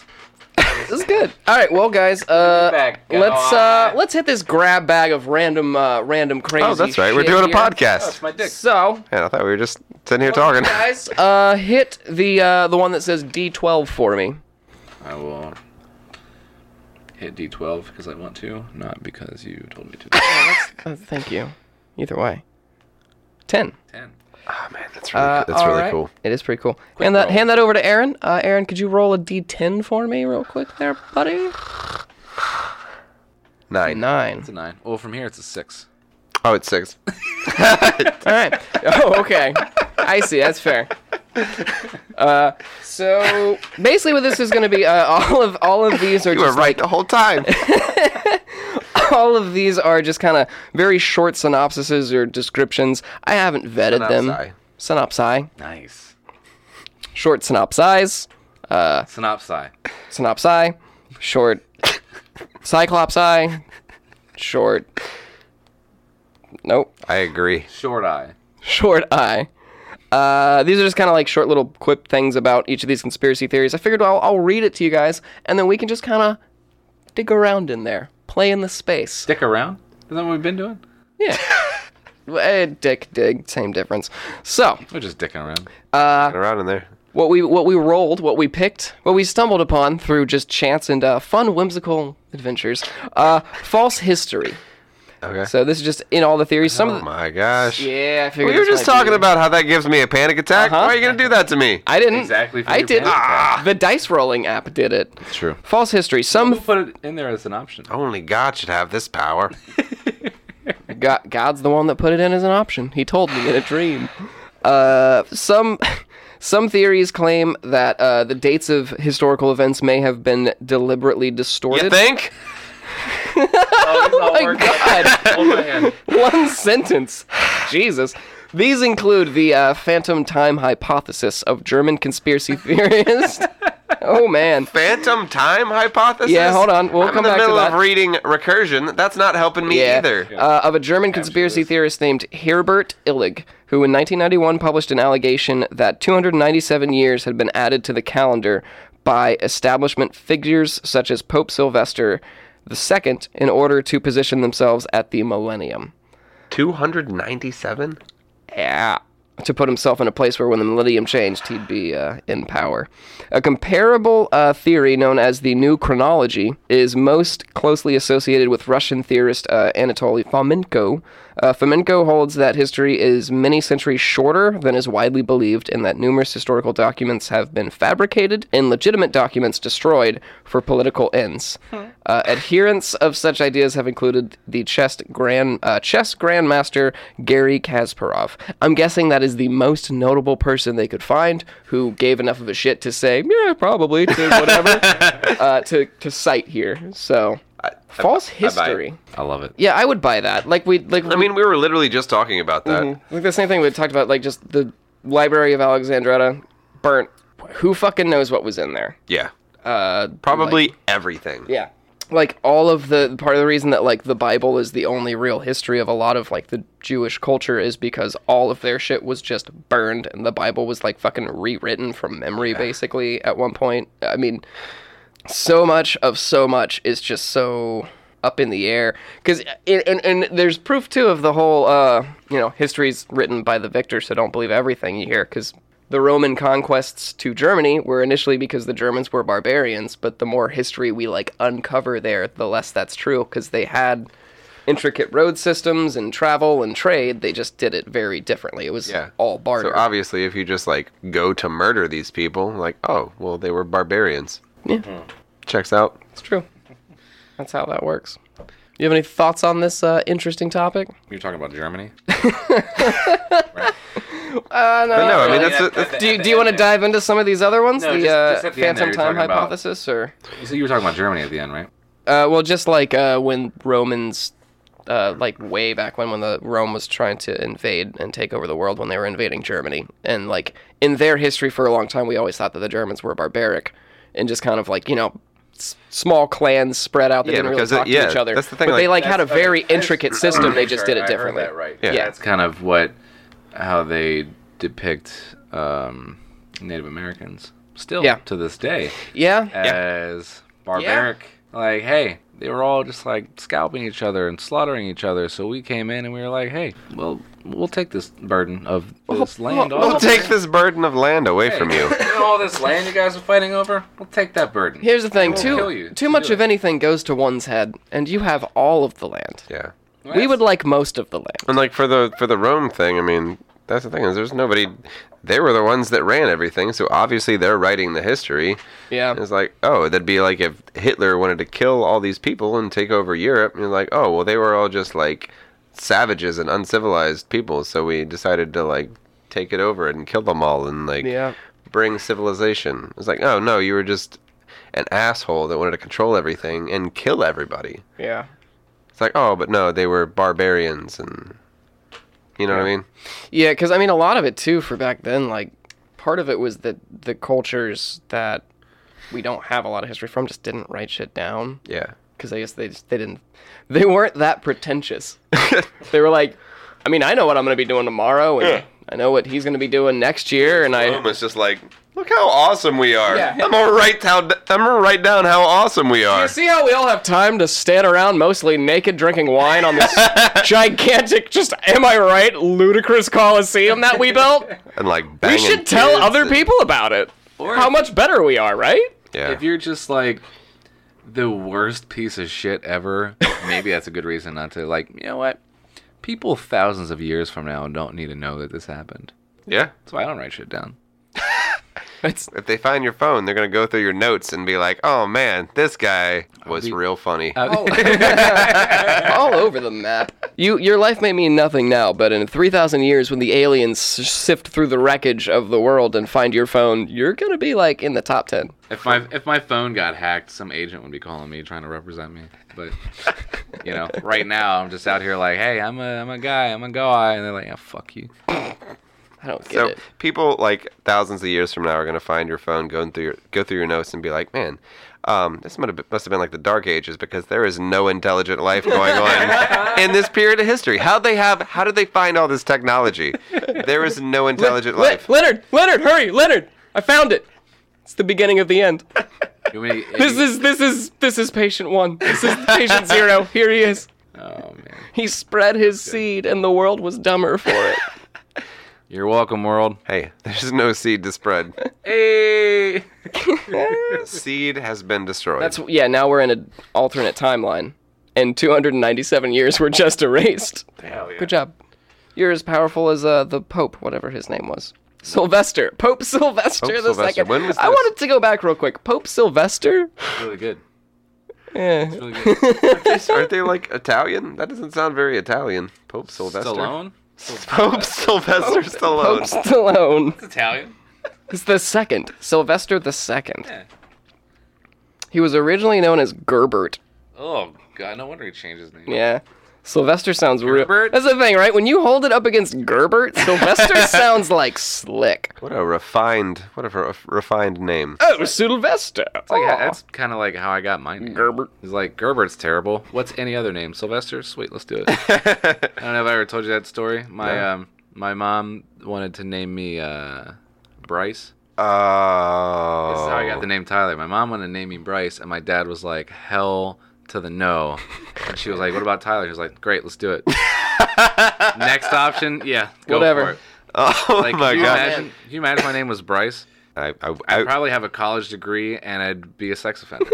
Speaker 4: this is good. All right, well, guys, uh,
Speaker 3: back,
Speaker 4: let's uh,
Speaker 3: God.
Speaker 4: let's hit this grab bag of random, uh, random crazy.
Speaker 5: Oh, that's right. We're
Speaker 4: shit
Speaker 5: doing a
Speaker 4: here. Oh,
Speaker 5: podcast.
Speaker 3: My dick.
Speaker 4: So,
Speaker 5: Man, I thought we were just sitting here talking. Oh,
Speaker 4: guys, uh, hit the uh, the one that says D12 for me.
Speaker 3: I will hit D12 because I want to, not because you told me to.
Speaker 4: Uh, thank you. Either way, ten.
Speaker 3: 10.
Speaker 5: Oh man, that's really,
Speaker 4: Uh,
Speaker 5: that's
Speaker 4: all
Speaker 5: really
Speaker 4: right.
Speaker 5: cool.
Speaker 4: It is pretty cool. hand that hand that over to Aaron. Uh, Aaron, could you roll a D10 for me real quick there, buddy?
Speaker 5: Nine.
Speaker 4: Nine.
Speaker 3: It's a 9. Well, from here, it's a 6.
Speaker 5: Oh, it's six.
Speaker 4: All right. Oh, okay. I see. That's fair. Uh, so basically, what this is going to be, uh, all of all of these are
Speaker 5: You were
Speaker 4: just
Speaker 5: right the whole time.
Speaker 4: all of these are just kind of very short synopsises or descriptions. I haven't vetted them. Synopsi,
Speaker 3: Nice.
Speaker 4: short synopsis,
Speaker 3: Synopsi.
Speaker 4: synopsi, short cyclopsi, short. Nope.
Speaker 5: I agree.
Speaker 3: Short eye.
Speaker 4: short eye. Uh, these are just kind of like short little quip things about each of these conspiracy theories. I figured I'll, I'll read it to you guys, and then we can just kind of dig around in there, play in the space.
Speaker 3: Dick around? Isn't that what we've been doing?
Speaker 4: Eh, dick, dig, same difference. So,
Speaker 3: We're just dicking around.
Speaker 4: Uh,
Speaker 5: around in there.
Speaker 4: what we what we rolled, what we picked, what we stumbled upon through just chance and uh, fun, whimsical adventures. Uh, false history.
Speaker 5: Okay.
Speaker 4: So this is just in all the theories. Some
Speaker 5: oh
Speaker 4: of the,
Speaker 5: my gosh.
Speaker 4: yeah, I figured
Speaker 5: We were
Speaker 4: this
Speaker 5: just
Speaker 4: might be-
Speaker 5: talking about how that gives me a panic attack.
Speaker 4: Uh-huh.
Speaker 5: Why are you gonna do that to me?
Speaker 4: I didn't
Speaker 3: Exactly for
Speaker 4: I
Speaker 3: your
Speaker 4: didn't.
Speaker 3: panic attack.
Speaker 4: The dice rolling app did it.
Speaker 3: True.
Speaker 4: False history.
Speaker 3: We'll
Speaker 4: Some
Speaker 3: put it in there as an option.
Speaker 5: Only God should have this power.
Speaker 4: God, God's the one that put it in as an option. He told me in a dream. Uh, some some theories claim that uh, the dates of historical events may have been deliberately distorted.
Speaker 5: You think?
Speaker 3: Oh,
Speaker 4: my God.
Speaker 3: Hold my hand.
Speaker 4: One sentence. Jesus. These include the uh, phantom time hypothesis of German conspiracy theorists. oh man.
Speaker 5: Phantom time hypothesis.
Speaker 4: Yeah, hold on. We'll
Speaker 5: I'm
Speaker 4: come
Speaker 5: in
Speaker 4: back
Speaker 5: the
Speaker 4: to
Speaker 5: middle of
Speaker 4: that.
Speaker 5: reading recursion. That's not helping me
Speaker 4: Yeah.
Speaker 5: either.
Speaker 4: Uh, of a German conspiracy theorist named Herbert Illig, who in 1991 published an allegation that 297 years had been added to the calendar by establishment figures such as Pope Sylvester II in order to position themselves at the millennium.
Speaker 5: 297.
Speaker 4: Yeah. To put himself in a place where when the millennium changed, he'd be uh, in power. A comparable uh, theory known as the New Chronology is most closely associated with Russian theorist uh, Anatoly Fomenko. Uh, Fomenko holds that history is many centuries shorter than is widely believed, and that numerous historical documents have been fabricated and legitimate documents destroyed for political ends.
Speaker 5: Hmm.
Speaker 4: Uh, adherents of such ideas have included the chess grand uh, chess grandmaster Gary Kasparov. I'm guessing that is the most notable person they could find who gave enough of a shit to say, yeah, probably to whatever uh, to to cite here. So false history.
Speaker 3: I love it.
Speaker 4: yeah, I would buy that. Like we like
Speaker 5: I mean, we were literally just talking about that.
Speaker 4: like the same thing we talked about, like just the Library of Alexandretta burnt. Who fucking knows what was in there?
Speaker 5: Yeah. Uh, Probably everything.
Speaker 4: Yeah. Like all of the part of the reason that like the Bible is the only real history of a lot of like the Jewish culture is because all of their shit was just burned and the Bible was like fucking rewritten from memory basically at one point. I mean, so much of so much is just so up in the air because and, and there's proof too of the whole uh you know history's written by the victor so don't believe everything you hear because the roman conquests to germany were initially because the germans were barbarians but the more history we like uncover there the less that's true because they had intricate road systems and travel and trade they just did it very differently it was
Speaker 5: Yeah.
Speaker 4: all barter
Speaker 5: So uh, obviously, if you just like go to murder these people, like, oh, well, they were barbarians.
Speaker 4: Yeah.
Speaker 5: Checks out.
Speaker 4: it's true that's how that works you have any thoughts on this uh, interesting topic
Speaker 3: You're talking about Germany?
Speaker 5: But no, I mean
Speaker 3: really.
Speaker 5: that's,
Speaker 3: Yeah,
Speaker 5: a, that's
Speaker 4: Do you, do you want to dive into some of these other ones?
Speaker 3: No,
Speaker 4: the
Speaker 3: just-
Speaker 4: uh,
Speaker 3: just at the end
Speaker 4: phantom
Speaker 3: there you're
Speaker 4: time
Speaker 3: talking about-
Speaker 4: hypothesis, or
Speaker 3: You said you were talking about Germany at the end, right?
Speaker 4: uh, well, just like uh, when Romans, uh, like way back when, when the Rome was trying to invade and take over the world, when they were invading Germany, and like in their history for a long time, we always thought that the Germans were barbaric, and just kind of like you know. s- Small clans spread out that
Speaker 5: Yeah,
Speaker 4: didn't really
Speaker 5: because it-
Speaker 3: uh,
Speaker 4: talk
Speaker 5: yeah,
Speaker 4: to each other.
Speaker 5: that's the thing,
Speaker 4: but they
Speaker 5: like-
Speaker 4: like had a very intricate system. They just did
Speaker 3: I
Speaker 4: it
Speaker 3: heard
Speaker 4: differently.
Speaker 3: that right.
Speaker 5: Yeah.
Speaker 3: Yeah. That's kind of what how they depict um, Native Americans still
Speaker 4: Yeah.
Speaker 3: to this day
Speaker 4: Yeah,
Speaker 3: as barbaric. Like, hey, they were all just like scalping each other and slaughtering each other. So we came in and we were like, hey, well, we'll take this burden of
Speaker 4: Oh,
Speaker 3: this land.
Speaker 4: well,
Speaker 3: off.
Speaker 5: we'll take this burden of land away from you.
Speaker 3: all this land you guys are fighting over, we'll take that burden.
Speaker 4: Here's the thing:
Speaker 3: It will
Speaker 4: too
Speaker 3: kill you
Speaker 4: too
Speaker 3: to
Speaker 4: much
Speaker 3: do
Speaker 4: of
Speaker 3: it.
Speaker 4: anything goes to one's head, and you have all of the land.
Speaker 5: Yeah.
Speaker 4: We would like most of the land.
Speaker 5: And like for the for the Rome thing, I mean, that's the thing is there's nobody. They were the ones that ran everything, so obviously they're writing the history. And
Speaker 4: Yeah.
Speaker 5: It's like, oh, that'd be like if Hitler wanted to kill all these people and take over Europe. And you're like, oh, well, they were all just like savages and uncivilized people, so we decided to like take it over and kill them all and like
Speaker 4: Yeah.
Speaker 5: bring civilization. It's like, oh no, you were just an asshole that wanted to control everything and kill everybody.
Speaker 4: Yeah.
Speaker 5: It's like, oh, but no, they were barbarians and you know what I mean?
Speaker 4: Yeah, because I mean, a lot of it too for back then, like, part of it was that the cultures that we don't have a lot of history from just didn't write shit down.
Speaker 5: Yeah.
Speaker 4: Because I guess they just they didn't, they weren't that pretentious. they were like, I mean, I know what I'm going to be doing tomorrow, and I know what he's going to be doing next year, and I.
Speaker 5: Rome was just like, Look how awesome we are.
Speaker 4: Yeah.
Speaker 5: I'm gonna write down. I'm gonna write down how awesome we are.
Speaker 4: You see how we all have time to stand around mostly naked drinking wine on this gigantic, just am I right, ludicrous coliseum that we built?
Speaker 5: And like
Speaker 4: We
Speaker 5: banging
Speaker 4: should tell
Speaker 5: kids
Speaker 4: other
Speaker 5: and-
Speaker 4: people about it.
Speaker 3: Or-
Speaker 4: how much better we are, right?
Speaker 5: Yeah.
Speaker 3: If you're just like the worst piece of shit ever, maybe that's a good reason not to like, you know what? People thousands of years from now don't need to know that this happened.
Speaker 5: yeah.
Speaker 3: That's why I don't write shit down.
Speaker 4: It's
Speaker 5: If they find your phone, they're gonna go through your notes and be like, "Oh man, this guy was
Speaker 3: be-
Speaker 5: real funny."
Speaker 4: Oh, all over the map. You, your life may mean nothing now, but in 3,000 years, when the aliens sift through the wreckage of the world and find your phone, you're going to be like in the top 10.
Speaker 3: if my if my phone got hacked, some agent would be calling me trying to represent me. But you know, right now I'm just out here like, hey, I'm a I'm a guy, I'm a guy, and they're like, oh, fuck you.
Speaker 4: I don't get
Speaker 5: so
Speaker 4: it.
Speaker 5: people like thousands of years from now are gonna find your phone, going through your go through your notes, and be like, "Man, um, this must have been, must have been like the Dark Ages because there is no intelligent life going on in this period of history. How they have? How did they find all this technology? There is no intelligent
Speaker 4: Le-
Speaker 5: life."
Speaker 4: Leonard, Leonard, hurry, Leonard! I found it. It's the beginning of the end.
Speaker 3: You want me to-
Speaker 4: This is this is this is patient one. This is patient zero. Here he is.
Speaker 3: Oh man.
Speaker 4: He spread his seed, and the world was dumber for it.
Speaker 3: You're welcome, world.
Speaker 5: Hey, there's no seed to spread.
Speaker 3: Hey.
Speaker 5: seed has been destroyed.
Speaker 4: That's yeah. Now we're in an alternate timeline, and 297 years were just erased. Good job. You're as powerful as uh, the Pope, whatever his name was. Sylvester, Pope Sylvester
Speaker 5: Pope
Speaker 4: the
Speaker 5: Sylvester.
Speaker 4: second.
Speaker 5: When was
Speaker 4: I
Speaker 5: this?
Speaker 4: wanted to go back real quick. Pope Sylvester.
Speaker 3: Really good.
Speaker 4: Eh.
Speaker 3: Really good.
Speaker 5: Aren't they like Italian? That doesn't sound very Italian. Pope Sylvester.
Speaker 3: Stallone?
Speaker 5: Pope Sylvester
Speaker 4: Pope
Speaker 5: Stallone.
Speaker 4: Stallone.
Speaker 3: Italian.
Speaker 4: It's the second. Sylvester the second. He was originally known as Gerbert.
Speaker 3: Oh god, no wonder he changed his name.
Speaker 4: Yeah. Sylvester sounds real.
Speaker 3: Gerbert?
Speaker 4: That's the thing, right? When you hold it up against Gerbert, Sylvester sounds like slick.
Speaker 5: What a refined, what a re- refined name.
Speaker 4: Oh, Sylvester. It's
Speaker 3: Like,
Speaker 4: like,
Speaker 3: That's kind of like how I got mine.
Speaker 4: Gerbert.
Speaker 3: He's like, Gerbert's terrible. What's any other name? Sylvester? Sweet, let's do it. I don't know if I ever told you that story. My um, my mom wanted to name me uh, Bryce.
Speaker 5: Oh.
Speaker 3: That's how I got the name Tyler. My mom wanted to name me Bryce, and my dad was like, hell to the no. And she was like, what about Tyler? He was like, great, let's do it. Next option, yeah, go
Speaker 4: Whatever.
Speaker 3: for it.
Speaker 5: Oh
Speaker 3: Like,
Speaker 5: my
Speaker 3: can, you
Speaker 5: god.
Speaker 3: imagine, can you imagine if my name was Bryce?
Speaker 5: I, I,
Speaker 3: I'd
Speaker 5: I,
Speaker 3: probably have a college degree and I'd be a sex offender.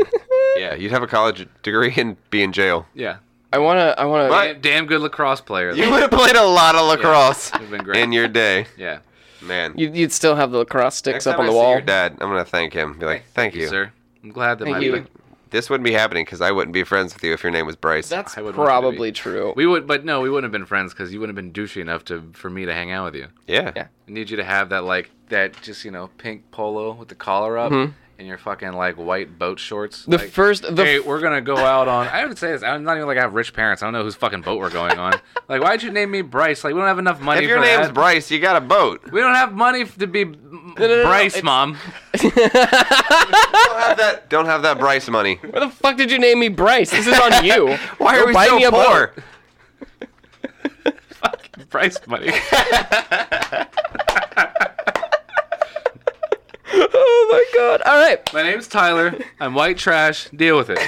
Speaker 5: yeah, you'd have a college degree and be in jail.
Speaker 3: yeah.
Speaker 4: I wanna, I wanna.
Speaker 3: Damn, damn good lacrosse player.
Speaker 5: You would have played a lot of lacrosse
Speaker 3: Would've been great.
Speaker 5: in your day,
Speaker 3: yeah.
Speaker 5: man.
Speaker 4: You'd, you'd still have the lacrosse
Speaker 5: Next
Speaker 4: sticks
Speaker 5: time
Speaker 4: up on
Speaker 5: I
Speaker 4: the
Speaker 5: see
Speaker 4: wall.
Speaker 5: your dad, I'm gonna thank him. Be like, thank you.
Speaker 3: sir. I'm glad that
Speaker 4: Thank
Speaker 3: my
Speaker 4: you.
Speaker 5: This wouldn't be happening because I wouldn't be friends with you if your name was Bryce.
Speaker 4: That's
Speaker 3: I would want you to
Speaker 4: probably
Speaker 3: be.
Speaker 4: true.
Speaker 3: we would, but no, we wouldn't have been friends because you wouldn't have been douchey enough to for me to hang out with you.
Speaker 5: yeah.
Speaker 4: Yeah.
Speaker 3: I need you to have that like that just you know pink polo with the collar up and your fucking like white boat shorts.
Speaker 4: Mm-hmm. The
Speaker 3: like,
Speaker 4: first, the
Speaker 3: hey, we're gonna go out on. I would say this. I'm not even like I have rich parents. I don't know whose fucking boat we're going on. like, why'd you name me Bryce? Like, we don't have enough money.
Speaker 5: If your
Speaker 3: for
Speaker 5: name's
Speaker 3: that.
Speaker 5: Bryce, you got a boat.
Speaker 3: we don't have money f- to be
Speaker 4: no, no,
Speaker 3: Bryce,
Speaker 4: it's-
Speaker 3: mom.
Speaker 5: Don't have that. Don't have that Bryce money.
Speaker 4: Why the fuck did you name me Bryce? This is on you.
Speaker 5: Why
Speaker 4: Go
Speaker 5: are we
Speaker 4: buy
Speaker 5: so
Speaker 4: me a boat.
Speaker 5: poor?
Speaker 3: Bryce money.
Speaker 4: Oh my god. All right.
Speaker 3: My name's Tyler. I'm white trash. Deal with it.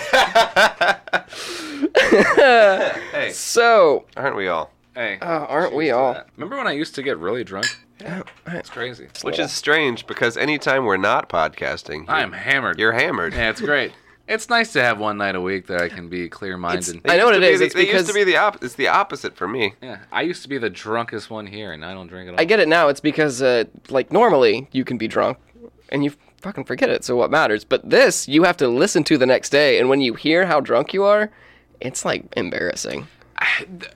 Speaker 4: So,
Speaker 5: Aren't we all?
Speaker 3: Hey.
Speaker 4: uh, aren't we all?
Speaker 3: Remember when I used to get really drunk? Yeah. It's crazy.
Speaker 5: Which is strange because anytime we're not podcasting,
Speaker 3: I'm hammered.
Speaker 5: you're hammered.
Speaker 3: yeah, it's great. It's nice to have one night a week that I can be clear minded.
Speaker 5: They
Speaker 4: I know what it
Speaker 5: used to be
Speaker 4: is,
Speaker 5: The,
Speaker 4: it's
Speaker 5: they used
Speaker 4: because-
Speaker 5: to be the op- It's the opposite for me.
Speaker 3: Yeah, I used to be the drunkest one here, and I don't drink at all.
Speaker 4: I get it now. It's because, uh, like, normally you can be drunk and you fucking forget it. So, what matters? But this, you have to listen to the next day. And when you hear how drunk you are, it's like embarrassing.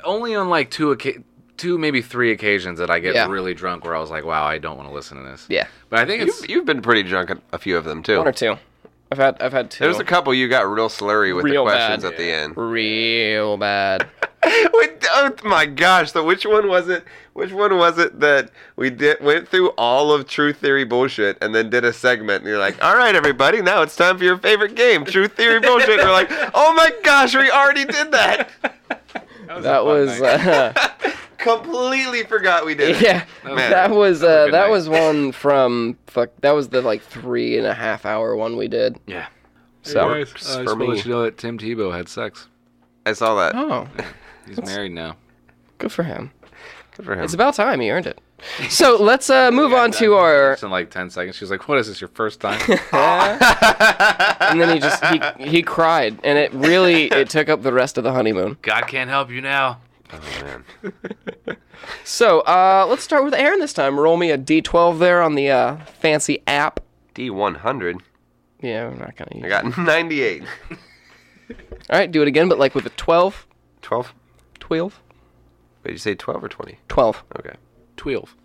Speaker 3: only on like two occa- two maybe three occasions that I get
Speaker 4: Yeah.
Speaker 3: really drunk where I was like, wow, I don't want to listen to this.
Speaker 4: Yeah.
Speaker 3: But I think it's
Speaker 5: You've, you've been pretty drunk at a few of them too.
Speaker 4: One or two. I've had, I've had two.
Speaker 5: There's a couple you got real slurry with
Speaker 4: Real
Speaker 5: the questions
Speaker 4: bad.
Speaker 5: at the end.
Speaker 4: real bad.
Speaker 5: Wait, oh my gosh! So which one was it? Which one was it that we did went through all of True Theory bullshit and then did a segment? And you're like, "All right, everybody, now it's time for your favorite game, True Theory bullshit." And we're like, "Oh my gosh, we already did that."
Speaker 4: That was. Uh,
Speaker 5: completely forgot we did. it.
Speaker 4: Yeah,
Speaker 5: Man,
Speaker 4: that was
Speaker 3: a
Speaker 4: uh,
Speaker 3: good
Speaker 4: that
Speaker 3: night.
Speaker 4: was one from fuck. That was the like three and a half hour one we did.
Speaker 5: Yeah.
Speaker 4: So
Speaker 3: I
Speaker 5: works
Speaker 3: just
Speaker 5: for
Speaker 3: wanna
Speaker 5: me.
Speaker 3: let you know that Tim Tebow had sex.
Speaker 5: I saw that.
Speaker 4: oh,
Speaker 3: He's married now.
Speaker 4: good for him.
Speaker 5: Good for him.
Speaker 4: It's about time he earned it. So let's uh, move on to our.
Speaker 3: Just in like ten seconds, she's like, "What is this? Your first time?"
Speaker 4: And then he just he, he cried, and it really it took up the rest of the honeymoon.
Speaker 3: God can't help you now.
Speaker 4: So uh, let's start with Aaron this time. Roll me a d12 there on the uh, fancy app.
Speaker 5: D100.
Speaker 4: Yeah, we're not gonna use.
Speaker 5: I
Speaker 4: it.
Speaker 5: got 98.
Speaker 4: All right, do it again, but like with a 12,
Speaker 5: 12?
Speaker 4: 12,
Speaker 5: Wait, you say 12 or 20?
Speaker 4: 12,
Speaker 5: Okay.
Speaker 3: Twelve.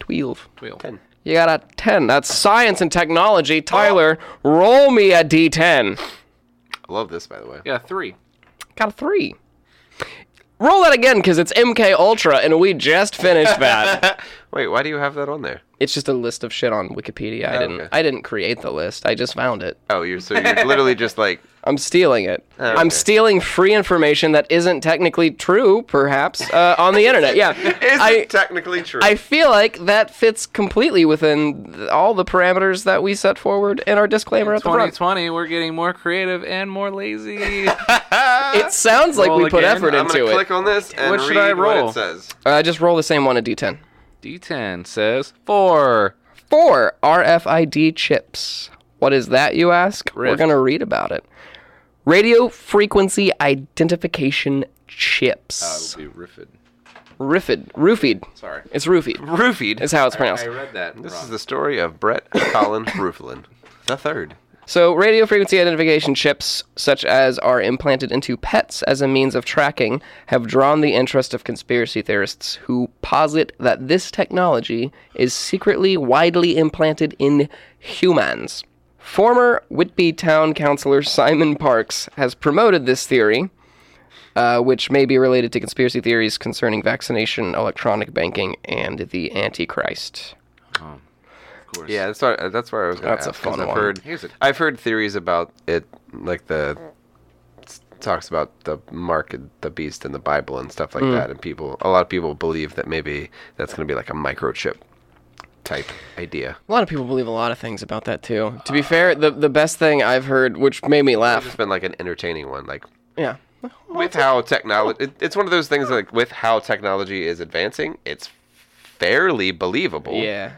Speaker 4: 12.
Speaker 3: Twelve.
Speaker 5: 10.
Speaker 4: You got a 10. That's science and technology. Tyler, roll me a d10.
Speaker 5: I love this, by the way.
Speaker 3: Yeah, three.
Speaker 4: Got a 3. Roll that again because it's MK Ultra and we just finished that.
Speaker 5: Wait, why do you have that on there?
Speaker 4: it's just a list of shit on Wikipedia. I didn't
Speaker 5: okay.
Speaker 4: I didn't create the list. I just found it.
Speaker 5: Oh, you're so you're literally just like,
Speaker 4: I'm stealing it.
Speaker 5: Oh, okay.
Speaker 4: I'm stealing free information that isn't technically true, perhaps, uh, on the internet. Yeah.
Speaker 5: is
Speaker 4: I,
Speaker 5: it technically true?
Speaker 4: I feel like that fits completely within th- all the parameters that we set forward in our disclaimer at the front.
Speaker 3: 2020, we're getting more creative and more lazy.
Speaker 4: It sounds like
Speaker 3: Roll
Speaker 4: we put
Speaker 3: again.
Speaker 4: effort
Speaker 5: I'm
Speaker 4: into
Speaker 5: gonna
Speaker 4: it.
Speaker 5: click on this and
Speaker 3: What should
Speaker 5: read
Speaker 3: I
Speaker 5: what
Speaker 3: roll?
Speaker 5: it says.
Speaker 4: Uh, just roll the same one a d10.
Speaker 3: D10 says four.
Speaker 4: Four RFID chips. What is that, you ask? We're
Speaker 3: Rift.
Speaker 4: going to read about it. Radio frequency identification chips.
Speaker 3: be riffed.
Speaker 4: Rifid. Roofied.
Speaker 3: Oh. Sorry.
Speaker 4: It's roofied.
Speaker 5: Roofied.
Speaker 4: Is how it's pronounced.
Speaker 3: I read that.
Speaker 5: This is the story of Brett Colin Rooflin, the third.
Speaker 4: So, radio frequency identification chips, such as are implanted into pets as a means of tracking, have drawn the interest of conspiracy theorists who posit that this technology is secretly widely implanted in humans. Former Whitby Town Councilor Simon Parks has promoted this theory, uh, which may be related to conspiracy theories concerning vaccination, electronic banking, and the Antichrist.
Speaker 3: of course.
Speaker 5: Yeah, that's where, that's where I was going.
Speaker 4: That's a
Speaker 5: ask, 'cause
Speaker 4: fun
Speaker 5: I've
Speaker 4: one.
Speaker 5: Heard,
Speaker 3: Here's a-
Speaker 5: I've heard theories about it, like the s- talks about the mark of the beast in the Bible and stuff like
Speaker 4: Hmm.
Speaker 5: that, and people, a lot of people believe that maybe that's going to be like a microchip type idea.
Speaker 4: A lot of people believe a lot of things about that too. To be fair, the the best thing I've heard, which made me
Speaker 5: It's
Speaker 4: laugh,
Speaker 5: been like an entertaining one, like
Speaker 4: yeah,
Speaker 5: with how technology. It, it's one of those things like with how technology is advancing, it's fairly believable.
Speaker 4: yeah,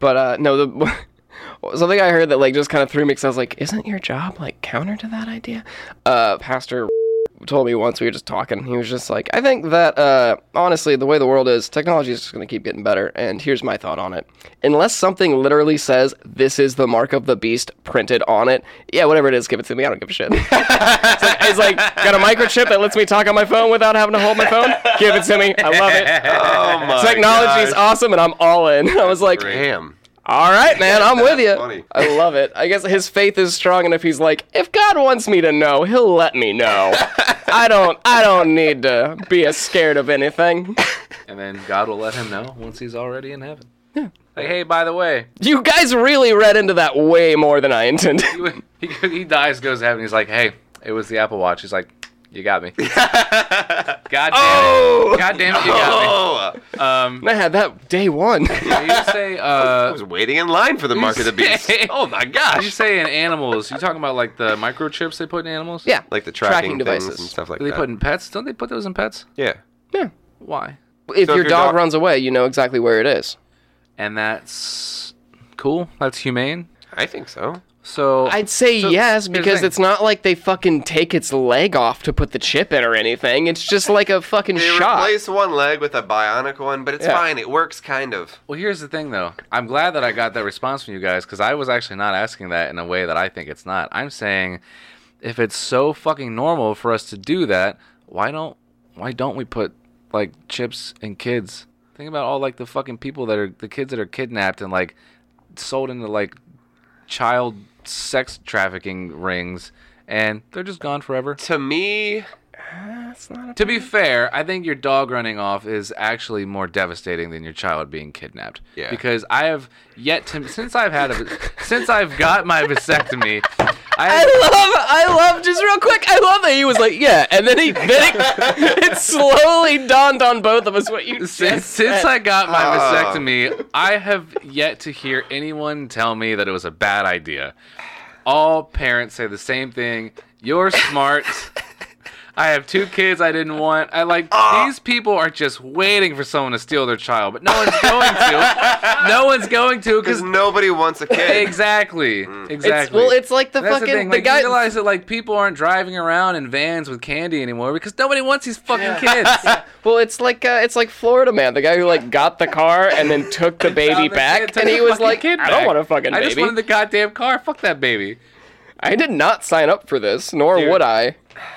Speaker 4: but uh, no, the something I heard that like just kind of threw me because I was like, isn't your job like counter to that idea? Uh, Pastor told me once we were just talking. He was just like, I think that uh, honestly, the way the world is, technology is just going to keep getting better. And here's my thought on it: unless something literally says this is the mark of the beast printed on it, yeah, whatever it is, give it to me. I don't give a shit. It's like got a microchip that lets me talk on my phone without having to hold my phone. Give it to me. I love it.
Speaker 5: Oh my
Speaker 4: Technology's
Speaker 5: gosh.
Speaker 4: awesome, and I'm all in. I was like,
Speaker 5: Damn.
Speaker 4: all right, man, I'm with you.
Speaker 5: funny.
Speaker 4: I love it. I guess his faith is strong enough. He's like, if God wants me to know, He'll let me know. I don't. I don't need to be as scared of anything.
Speaker 3: And then God will let him know once he's already in heaven. Yeah. Like, hey, by the way,
Speaker 4: You guys really read into that way more than I intended.
Speaker 3: he, he, he dies, goes to heaven. He's like, hey, it was the Apple Watch. He's like, you got me. God damn it. God damn it, you got
Speaker 5: Oh, uh,
Speaker 3: me. Um,
Speaker 4: I had that day one.
Speaker 3: do you say,
Speaker 5: I
Speaker 3: uh,
Speaker 5: was waiting in line for the mark of the beast.
Speaker 3: say-
Speaker 5: Oh my
Speaker 3: do you
Speaker 5: gosh.
Speaker 3: say in animals, you talking about like the microchips they put in animals?
Speaker 4: Yeah.
Speaker 5: Like the tracking, things
Speaker 4: devices.
Speaker 5: and stuff like
Speaker 3: Do they
Speaker 5: that.
Speaker 3: put in pets? Don't they put those in pets?
Speaker 5: yeah.
Speaker 4: Yeah.
Speaker 3: Why?
Speaker 4: If your,
Speaker 5: your
Speaker 4: dog,
Speaker 5: dog-
Speaker 4: runs away, you know exactly where it is.
Speaker 3: And that's cool. That's humane.
Speaker 5: I think so.
Speaker 3: So
Speaker 4: I'd say
Speaker 3: So,
Speaker 4: yes
Speaker 3: here's the
Speaker 4: because
Speaker 3: thing.
Speaker 4: it's not like they fucking take its leg off to put the chip in or anything. It's just like a fucking
Speaker 5: They
Speaker 4: shot.
Speaker 5: replace one leg with a bionic one, but it's
Speaker 4: Yeah.
Speaker 5: fine. It works kind of.
Speaker 3: Well, here's the thing, though. I'm glad that I got that response from you guys because I was actually not asking that in a way that I think it's not. I'm saying, if it's so fucking normal for us to do that, why don't why don't we put like chips in kids? Think about all like the fucking people that are the kids that are kidnapped and like sold into like child sex trafficking rings, and they're just gone forever.
Speaker 5: To me,
Speaker 3: To be fair, I think your dog running off is actually more devastating than your child being kidnapped.
Speaker 5: Yeah.
Speaker 3: Because I have yet to since I've had a since I've got my vasectomy,
Speaker 4: I love, I love, just real quick, I love that he was like, yeah, and then he, then it, it slowly dawned on both of us what you
Speaker 3: Since,
Speaker 4: just
Speaker 3: since
Speaker 4: said.
Speaker 3: I got my
Speaker 4: Uh.
Speaker 3: vasectomy, I have yet to hear anyone tell me that it was a bad idea. All parents say the same thing. You're smart. I have two kids I didn't want. I like
Speaker 4: Uh.
Speaker 3: these people are just waiting for someone to steal their child, but no one's going to. No one's going to because
Speaker 5: Because nobody wants a kid.
Speaker 3: exactly,
Speaker 4: It's,
Speaker 3: exactly.
Speaker 4: well, it's like the
Speaker 3: That's
Speaker 4: fucking
Speaker 3: the thing.
Speaker 4: the
Speaker 3: Like,
Speaker 4: guy.
Speaker 3: you realize that like people aren't driving around in vans with candy anymore because nobody wants these fucking kids.
Speaker 4: Well, it's like uh, it's like Florida man, the guy who like got the car and then took the baby
Speaker 3: Found the kid,
Speaker 4: back,
Speaker 3: took
Speaker 4: and
Speaker 3: the
Speaker 4: he was
Speaker 3: fucking
Speaker 4: like,
Speaker 3: kid
Speaker 4: "I
Speaker 3: back.
Speaker 4: don't want a fucking
Speaker 3: I
Speaker 4: baby.
Speaker 3: just wanted the goddamn car. Fuck that baby.
Speaker 4: I did not sign up for this, nor
Speaker 3: Dude.
Speaker 4: would I."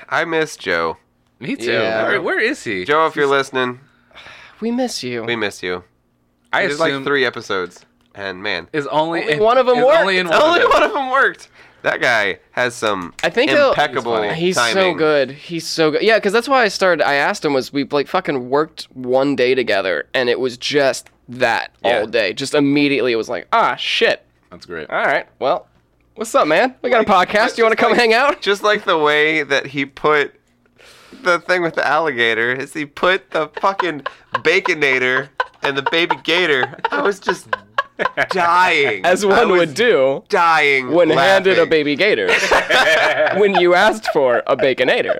Speaker 5: I miss Joe.
Speaker 3: Me too.
Speaker 4: Yeah.
Speaker 3: Where- where is he?
Speaker 5: Joe, if you're listening,
Speaker 4: We miss you.
Speaker 5: we miss you.
Speaker 3: I
Speaker 5: There's like three episodes, and man,
Speaker 3: is only,
Speaker 4: Only one of them
Speaker 3: is
Speaker 4: worked.
Speaker 3: Only in one
Speaker 5: only
Speaker 3: of them.
Speaker 5: one of them worked. That guy has some
Speaker 4: I think he'll-
Speaker 5: impeccable
Speaker 4: He's so
Speaker 5: timing.
Speaker 4: good. He's so good. Yeah, because that's why I started. I asked him was we like fucking worked one day together, and it was just that
Speaker 5: Yeah.
Speaker 4: all day. Just immediately, it was like, ah, shit.
Speaker 3: That's great.
Speaker 4: All right, well, what's up, man? We got a podcast. You want to come hang out?
Speaker 5: Just like the way that he put the thing with the alligator is he put the fucking baconator and the baby gator. I was just dying.
Speaker 4: As
Speaker 5: I
Speaker 4: one
Speaker 5: was
Speaker 4: would do
Speaker 5: Dying
Speaker 4: when handed a
Speaker 5: laughing.
Speaker 4: baby gator. when you asked for a baconator.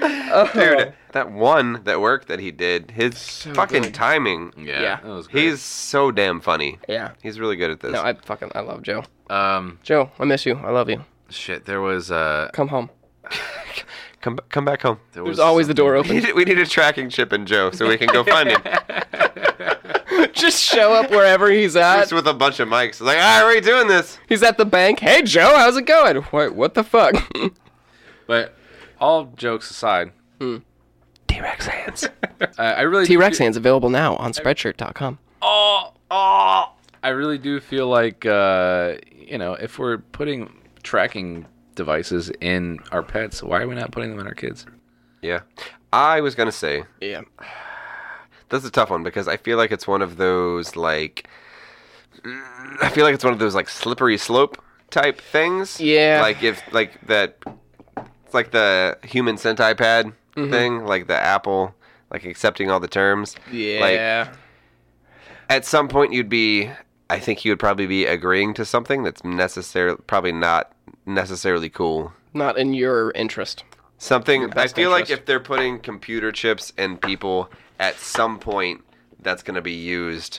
Speaker 4: Oh.
Speaker 5: Dude, that one that worked that he did, his fucking
Speaker 4: good.
Speaker 5: timing.
Speaker 3: Yeah,
Speaker 4: Yeah.
Speaker 3: that was great.
Speaker 5: He's so damn funny.
Speaker 4: Yeah.
Speaker 5: He's really good at this.
Speaker 4: No, I fucking I love Joe.
Speaker 3: um
Speaker 4: Joe, I miss you. I love you.
Speaker 3: shit. There was uh
Speaker 4: Come home.
Speaker 5: come b- come back home.
Speaker 3: there was
Speaker 4: There's always the door
Speaker 5: We
Speaker 4: open.
Speaker 5: need, we need a tracking chip in Joe so we can go find him.
Speaker 4: Just show up wherever he's at.
Speaker 5: Just with a bunch of mics. Like, ah, we're doing this.
Speaker 4: He's at the bank. Hey Joe, how's it going? Wait, what the fuck?
Speaker 3: But all jokes aside,
Speaker 4: T-Rex hands.
Speaker 3: uh, I really
Speaker 4: Hmm. T-Rex hands available now on Spreadshirt.com.
Speaker 3: Oh, oh. I really do feel like uh, you know, if we're putting tracking devices in our pets, why are we not putting them in our kids?
Speaker 5: Yeah. I was going to say,
Speaker 4: Yeah.
Speaker 5: that's a tough one because I feel like it's one of those, like, I feel like it's one of those, like, slippery slope type things.
Speaker 4: Yeah.
Speaker 5: Like, if, like, that, it's like the human centipad
Speaker 4: Mm-hmm.
Speaker 5: thing, like the Apple, like, accepting all the terms. Like, at some point you'd be I think you would probably be agreeing to something that's necessarily probably not necessarily cool.
Speaker 4: Not in your interest.
Speaker 5: Something I
Speaker 4: best
Speaker 5: feel like
Speaker 4: interest.
Speaker 5: if they're putting computer chips in people at some point that's going to be used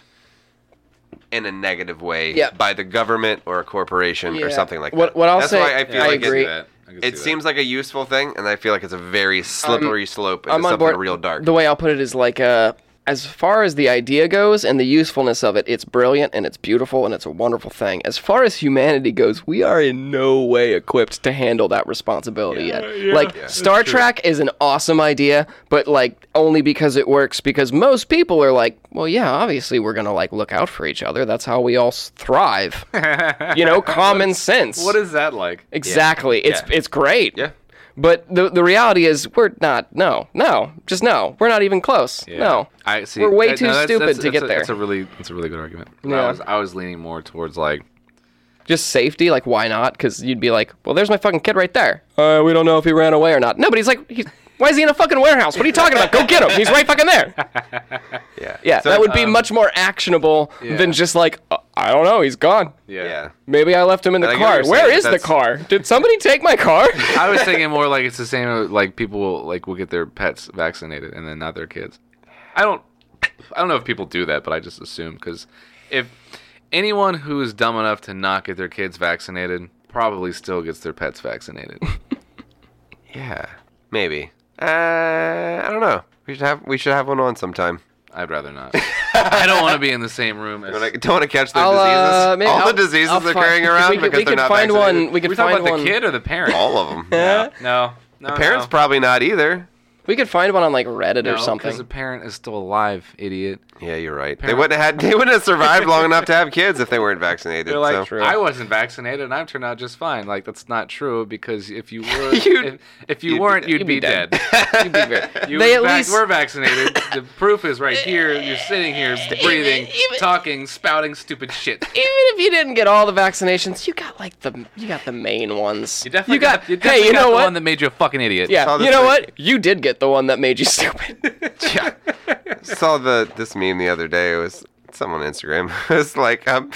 Speaker 5: in a negative way
Speaker 4: Yeah.
Speaker 5: by the government or a corporation or
Speaker 4: Yeah.
Speaker 5: something like
Speaker 4: What-
Speaker 5: that.
Speaker 4: what I'll
Speaker 5: that's
Speaker 4: say-
Speaker 5: why I feel
Speaker 4: I
Speaker 5: like
Speaker 4: agree. Um,
Speaker 5: It,
Speaker 3: That. I can see
Speaker 5: it
Speaker 3: that.
Speaker 5: seems like a useful thing and I feel like it's a very slippery slope into
Speaker 4: I'm on
Speaker 5: something
Speaker 4: board.
Speaker 5: real dark.
Speaker 4: The way I'll put it is like, uh, as far as the idea goes and the usefulness of it, it's brilliant and it's beautiful and it's a wonderful thing. As far as humanity goes, we are in no way equipped to handle that responsibility yet. like, Star Trek is an awesome idea, but like only because it works. Because most people are like, well, yeah, obviously we're gonna like look out for each other. That's how we all s- thrive. you know, common sense.
Speaker 3: What is that like?
Speaker 4: Exactly. It's it's great.
Speaker 5: Yeah.
Speaker 4: But the the reality is we're not. No. No. Just no. We're not even close. No.
Speaker 3: I see.
Speaker 4: We're way
Speaker 3: that-
Speaker 4: too
Speaker 3: no, that's-
Speaker 4: stupid
Speaker 3: that's-
Speaker 4: to
Speaker 3: that's
Speaker 4: get
Speaker 3: a,
Speaker 4: there.
Speaker 3: That's a really, that's a really good argument. I
Speaker 4: Yeah.
Speaker 3: was, I was leaning more towards like,
Speaker 4: Just safety. Like why not? Because you'd be like, well, there's my fucking kid right there. Uh, we don't know if he ran away or not. No, but he's like, he's, why is he in a fucking warehouse? What are you talking about? Go get him. He's right fucking there.
Speaker 5: yeah.
Speaker 4: Yeah. um,
Speaker 5: So,
Speaker 4: that would be much more actionable than just like, uh, I don't know. He's gone.
Speaker 3: yeah.
Speaker 5: yeah.
Speaker 4: Maybe I left him in the
Speaker 5: I get what
Speaker 4: car.
Speaker 5: you're
Speaker 4: Where
Speaker 5: saying.
Speaker 4: is the
Speaker 5: That's-
Speaker 4: car? Did somebody take my car?
Speaker 3: I was thinking more like it's the same. uh, Like people will, like will get their pets vaccinated and then not their kids. I don't, I don't know if people do that, but I just assume because if anyone who is dumb enough to not get their kids vaccinated probably still gets their pets vaccinated.
Speaker 5: Yeah, maybe. Uh, I don't know. We should have we should have one on sometime.
Speaker 3: I'd rather not. I don't want to be in the same room as.
Speaker 5: Don't wanna- don't want to catch their
Speaker 4: I'll,
Speaker 5: diseases.
Speaker 4: uh, maybe
Speaker 5: All
Speaker 4: I'll-
Speaker 5: the diseases
Speaker 4: I'll
Speaker 5: they're
Speaker 4: find-
Speaker 5: carrying around
Speaker 4: we could,
Speaker 5: because
Speaker 4: we
Speaker 5: they're
Speaker 4: could
Speaker 5: not
Speaker 4: find
Speaker 5: vaccinated.
Speaker 4: one. We could
Speaker 3: We're
Speaker 4: find
Speaker 3: talking about
Speaker 4: one.
Speaker 3: the kid or the parent.
Speaker 5: All of them.
Speaker 3: No, no,
Speaker 5: Parents
Speaker 3: no.
Speaker 5: probably not either.
Speaker 4: We could find one on like Reddit or
Speaker 3: Because
Speaker 4: something.
Speaker 3: the parent is still alive, idiot.
Speaker 5: Yeah, you're right. They wouldn't have had. They wouldn't have survived long enough to have kids if they weren't vaccinated.
Speaker 3: They're like,
Speaker 5: so.
Speaker 3: I wasn't vaccinated, and I've turned out just fine. Like that's not true because if you were,
Speaker 5: You'd-
Speaker 3: if, if you
Speaker 5: you'd be
Speaker 3: weren't,
Speaker 5: dead.
Speaker 3: you'd,
Speaker 4: You'd
Speaker 3: be,
Speaker 4: be
Speaker 3: dead.
Speaker 4: dead.
Speaker 3: you'd be dead. You
Speaker 4: They
Speaker 3: in
Speaker 4: at
Speaker 3: fact
Speaker 4: least-
Speaker 3: were vaccinated. The proof is right here. You're sitting here, breathing, talking, spouting stupid shit.
Speaker 4: Even if you didn't get all the vaccinations, you got like the you got the main ones.
Speaker 3: You definitely
Speaker 4: got,
Speaker 3: you
Speaker 4: hey,
Speaker 3: definitely
Speaker 4: you
Speaker 3: got
Speaker 4: know
Speaker 3: the
Speaker 4: what?
Speaker 3: one that made you a fucking idiot.
Speaker 4: yeah,
Speaker 5: Saw this
Speaker 4: you know
Speaker 5: thing.
Speaker 4: what? You did get the one that made you stupid.
Speaker 5: Yeah. Saw the this meme the other day. It was someone on Instagram. It was like um,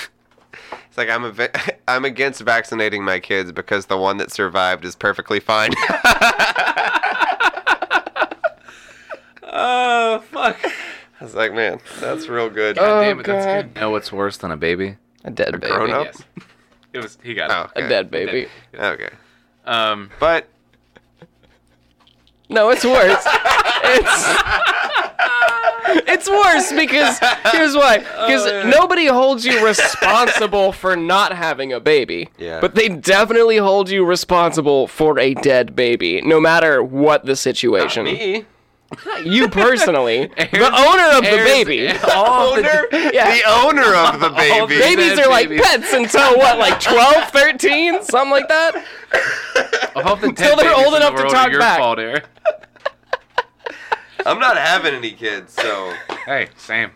Speaker 5: it's like I'm a va- I'm against vaccinating my kids because the one that survived is perfectly fine.
Speaker 3: Oh fuck.
Speaker 5: I was like, man, that's real good.
Speaker 4: Oh,
Speaker 3: Damn it, that's
Speaker 4: God.
Speaker 3: good. Know what's worse than a baby?
Speaker 4: A dead baby.
Speaker 5: grown up?
Speaker 3: Yes. It was. He got
Speaker 5: Oh,
Speaker 3: it.
Speaker 5: okay.
Speaker 4: A dead baby.
Speaker 5: Okay,
Speaker 3: Um.
Speaker 5: but
Speaker 4: No, it's worse. it's it's worse because here's why. Because nobody holds you responsible for not having a baby.
Speaker 5: Yeah.
Speaker 4: But they definitely hold you responsible for a dead baby, no matter what the situation.
Speaker 5: me,
Speaker 4: You personally, the owner of the baby.
Speaker 3: All of the-
Speaker 5: owner,
Speaker 4: Yeah.
Speaker 5: the owner of the baby.
Speaker 4: Babies
Speaker 3: dead
Speaker 4: are like
Speaker 3: babies.
Speaker 4: pets until what, like 12, 13, something like that?
Speaker 3: all of the
Speaker 4: Until
Speaker 3: dead
Speaker 4: they're
Speaker 3: babies
Speaker 4: old
Speaker 3: in the
Speaker 4: enough to
Speaker 3: world
Speaker 4: talk
Speaker 3: are your
Speaker 4: back.
Speaker 3: fault, Eric.
Speaker 5: I'm not having any kids, so
Speaker 3: Hey, same.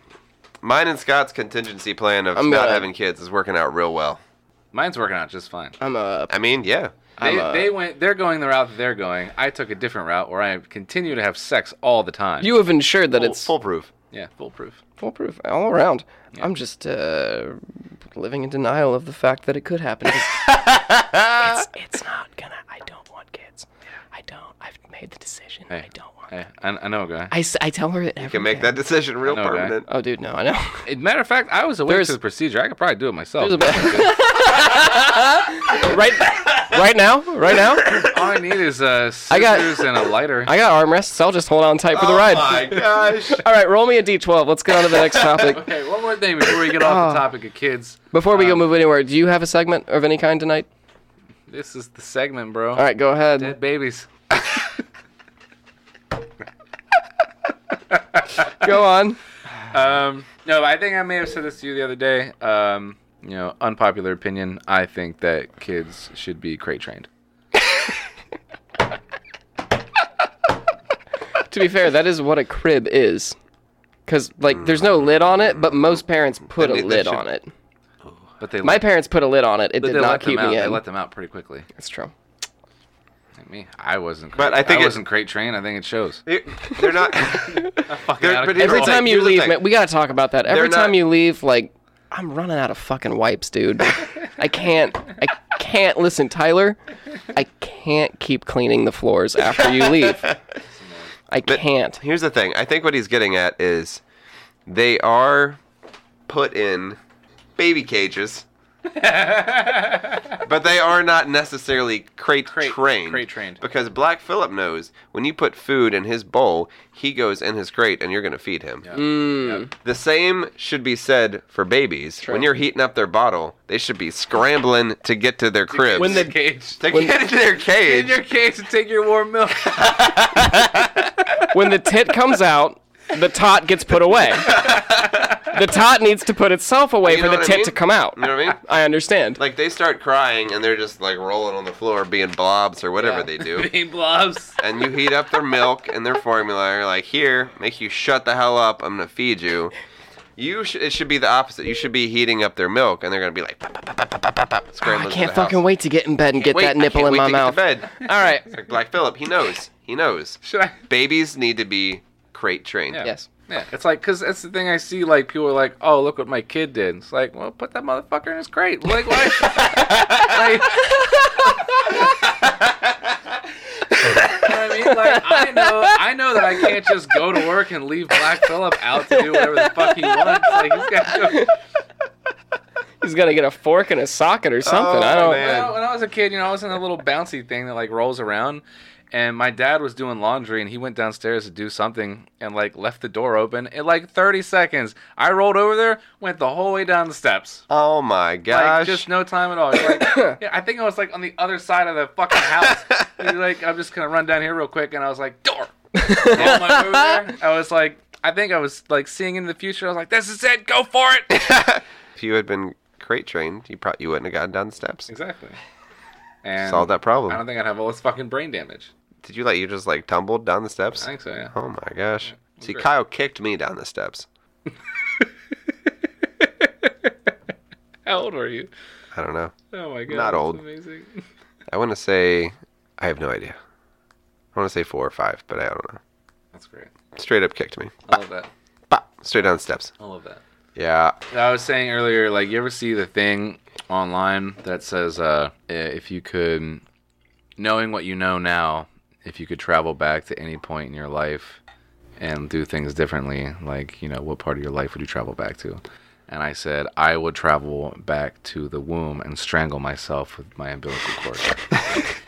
Speaker 5: mine and Scott's contingency plan of
Speaker 4: I'm
Speaker 5: not
Speaker 4: gonna-
Speaker 5: having kids is working out real well.
Speaker 3: Mine's working out just fine.
Speaker 4: I'm a.
Speaker 5: I mean, yeah.
Speaker 3: They,
Speaker 4: I'm a-
Speaker 3: they went. They're going the route that they're going. I took a different route where I continue to have sex all the time.
Speaker 4: You have ensured that
Speaker 5: Full-
Speaker 4: it's
Speaker 5: foolproof.
Speaker 3: yeah, foolproof.
Speaker 4: foolproof all around. I'm just uh, living in denial of the fact that it could happen. 'Cause it's, it's not gonna. I don't want kids. I don't. I've made the decision.
Speaker 3: Hey,
Speaker 4: I don't want.
Speaker 3: Hey, I, I know a guy.
Speaker 4: I, s- I tell her that.
Speaker 5: You can make that decision real
Speaker 3: I know, right?
Speaker 5: permanent.
Speaker 4: Oh, dude, no, I know.
Speaker 3: As a matter of fact, I was awake
Speaker 4: There's-
Speaker 3: to the procedure. I could probably do it myself.
Speaker 4: There's a right, right now, right now.
Speaker 3: all I need is uh, scissors
Speaker 4: I got-
Speaker 3: and a lighter.
Speaker 4: I got armrests. So I'll just hold on tight for the ride.
Speaker 5: Oh my gosh.
Speaker 4: All right, roll me a d12. Let's get on to the next topic.
Speaker 3: okay, one more thing before we get off the
Speaker 4: Oh.
Speaker 3: topic of kids.
Speaker 4: Before we go move anywhere, do you have a segment of any kind tonight?
Speaker 3: This is the segment, bro.
Speaker 4: All right, go ahead.
Speaker 3: Dead babies.
Speaker 4: Go on.
Speaker 3: Um, no, I think I may have said this to you the other day. Um, you know, unpopular opinion. I think that kids should be crate trained.
Speaker 4: to be fair, that is what a crib is. Because, like, there's no lid on it, but most parents put a
Speaker 5: They- they
Speaker 4: lid
Speaker 5: should-
Speaker 4: on it.
Speaker 3: But they
Speaker 4: My
Speaker 3: let,
Speaker 4: parents put a lid on it. It
Speaker 3: but
Speaker 4: did
Speaker 3: they
Speaker 4: not
Speaker 3: let them
Speaker 4: keep
Speaker 3: out.
Speaker 4: me
Speaker 3: They
Speaker 4: in.
Speaker 3: let them out pretty quickly.
Speaker 4: That's true.
Speaker 3: Like me, I wasn't.
Speaker 5: But
Speaker 3: But
Speaker 5: I
Speaker 3: I
Speaker 5: think
Speaker 3: think
Speaker 5: it-
Speaker 3: I wasn't crate trained. I think it shows.
Speaker 5: They- They're not.
Speaker 3: Fucking
Speaker 5: They're
Speaker 3: out of
Speaker 5: pretty-
Speaker 3: control.
Speaker 4: Every
Speaker 5: Well,
Speaker 4: time
Speaker 5: like,
Speaker 4: you
Speaker 5: here's the
Speaker 4: leave,
Speaker 5: thing.
Speaker 4: man, we gotta talk about that. Every
Speaker 5: They're
Speaker 4: time
Speaker 5: not-
Speaker 4: you leave, like, I'm running out of fucking wipes, dude. I can't. I can't listen, Tyler. I can't keep cleaning the floors after you leave. I can't.
Speaker 5: Here's the thing. I think what he's getting at is they are put in baby cages, but they are not necessarily crate,
Speaker 3: Crate-
Speaker 5: trained.
Speaker 3: crate trained.
Speaker 5: Because Black Phillip knows when you put food in his bowl, he goes in his crate and you're going to feed him.
Speaker 4: Mm.
Speaker 5: The same should be said for babies. When you're heating up their bottle, they should be scrambling to get to their cribs.
Speaker 4: When the-
Speaker 3: cage.
Speaker 5: to
Speaker 3: Take
Speaker 5: get into their cage.
Speaker 3: in your cage and take your warm milk.
Speaker 4: when the tit comes out, the tot gets put away. The tot needs to put itself away
Speaker 5: You
Speaker 4: for
Speaker 5: know
Speaker 4: the
Speaker 5: what I
Speaker 4: tit
Speaker 5: mean?
Speaker 4: to come out.
Speaker 5: you know what I mean?
Speaker 4: I understand.
Speaker 5: Like they start crying and they're just like rolling on the floor, being blobs or whatever they do.
Speaker 3: Bean blobs.
Speaker 5: and you heat up their milk and their formula. You're like, here, make you shut the hell up. I'm gonna feed you. You sh- it should be the opposite. You should be heating up their milk, and they're gonna be like, pop, pop, pop, pop, pop, pop, pop,
Speaker 4: Oh,
Speaker 5: scrambling.
Speaker 4: I
Speaker 5: to
Speaker 4: can't
Speaker 5: the house.
Speaker 4: fucking wait to get in bed and get
Speaker 5: Wait,
Speaker 4: that
Speaker 5: I
Speaker 4: nipple
Speaker 5: can't
Speaker 4: in
Speaker 5: wait
Speaker 4: my
Speaker 5: to get to
Speaker 4: mouth. All
Speaker 5: bed.
Speaker 4: right.
Speaker 5: Like Black Phillip, he knows. He knows.
Speaker 3: Should I?
Speaker 5: Babies need to be crate trained.
Speaker 3: Yeah.
Speaker 4: Yes.
Speaker 3: Yeah, it's like because that's the thing I see. Like people are like, "Oh, look what my kid did." It's like, well, put that motherfucker in his crate. Like what? like, You know what I mean? Like I know, I know that I can't just go to work and leave Black Phillip out to do whatever the fuck he wants. Like he's got. To go.
Speaker 4: He's gonna get a fork and a socket or something. I don't.
Speaker 5: Oh, man.
Speaker 3: When I, when I was a kid, you know, I was in a little bouncy thing that like rolls around, and my dad was doing laundry, and he went downstairs to do something, and like left the door open in like 30 seconds. I rolled over there, went the whole way down the steps.
Speaker 5: Oh my
Speaker 3: Like,
Speaker 5: gosh.
Speaker 3: just no time at all. It's Like, yeah, I think I was like on the other side of the fucking house. He's like, I'm just gonna run down here real quick, and I was like, door, on my way there, I was like, I think I was like seeing into the future. I was like, this is it, go for it.
Speaker 5: If you had been crate trained, you probably you wouldn't have gotten down the steps.
Speaker 3: exactly. And
Speaker 5: Solved that problem.
Speaker 3: I don't think I'd have all this fucking brain damage.
Speaker 5: Did you like you just like tumbled down the steps?
Speaker 3: I think so. Yeah.
Speaker 5: Oh my gosh. See,
Speaker 3: great.
Speaker 5: Kyle kicked me down the steps.
Speaker 3: How old were you?
Speaker 5: I don't know.
Speaker 3: Oh my god.
Speaker 5: Not
Speaker 3: that's
Speaker 5: old.
Speaker 3: Amazing.
Speaker 5: I want to say, I have no idea. I want to say four or five, but I don't know.
Speaker 3: That's great.
Speaker 5: Straight up kicked me.
Speaker 3: I love that.
Speaker 5: Bop. Straight down the steps.
Speaker 3: I love that.
Speaker 5: Yeah.
Speaker 3: I was saying earlier, like you ever see the thing online that says, uh, if you could, knowing what you know now, if you could travel back to any point in your life and do things differently, like you know, what part of your life would you travel back to? And I said I would travel back to the womb and strangle myself with my umbilical cord.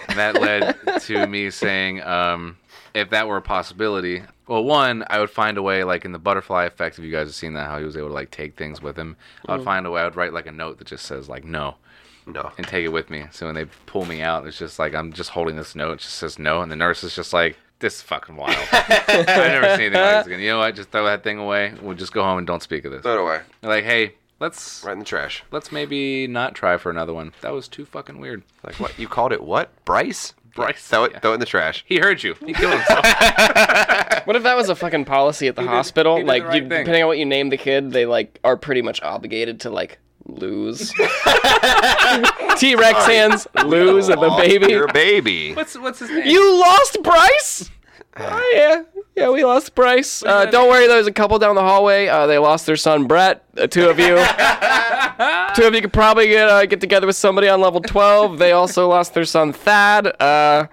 Speaker 3: and that led to me saying, um, if that were a possibility, well, one, I would find a way, like in the butterfly effect, if you guys have seen that, how he was able to like take things with him, I would find a way. I would write like a note that just says like no,
Speaker 5: No.
Speaker 3: and take it with me. So when they pull me out, it's just like I'm just holding this note. It just says no, and the nurse is just like, "This is fucking wild. I've never seen anything like this again." You know what? Just throw that thing away. We'll just go home and don't speak of this.
Speaker 5: Throw it away.
Speaker 3: They're like, hey, let's
Speaker 5: Right in the trash.
Speaker 3: let's maybe not try for another one. That was too fucking weird.
Speaker 5: Like what? You called it what? Bryce?
Speaker 3: Bryce,
Speaker 5: Throw it.
Speaker 3: yeah.
Speaker 5: Throw it in the trash.
Speaker 3: He heard you. He killed himself.
Speaker 4: What if that was a fucking policy at the hospital?
Speaker 3: he did
Speaker 4: like,
Speaker 3: the right
Speaker 4: you,
Speaker 3: thing.
Speaker 4: depending on what you name the kid, they like are pretty much obligated to like lose. T Rex hands lose and the
Speaker 5: Aw,
Speaker 4: baby.
Speaker 5: Oh, Your baby.
Speaker 3: what's what's his name?
Speaker 4: You lost Bryce?
Speaker 5: Uh,
Speaker 4: Oh yeah, yeah, we lost Bryce. Uh, don't worry, there's a couple down the hallway. Uh, they lost their son Brett. The two of you, two of you could probably get uh, get together with somebody on level twelve. They also lost their son Thad. Uh,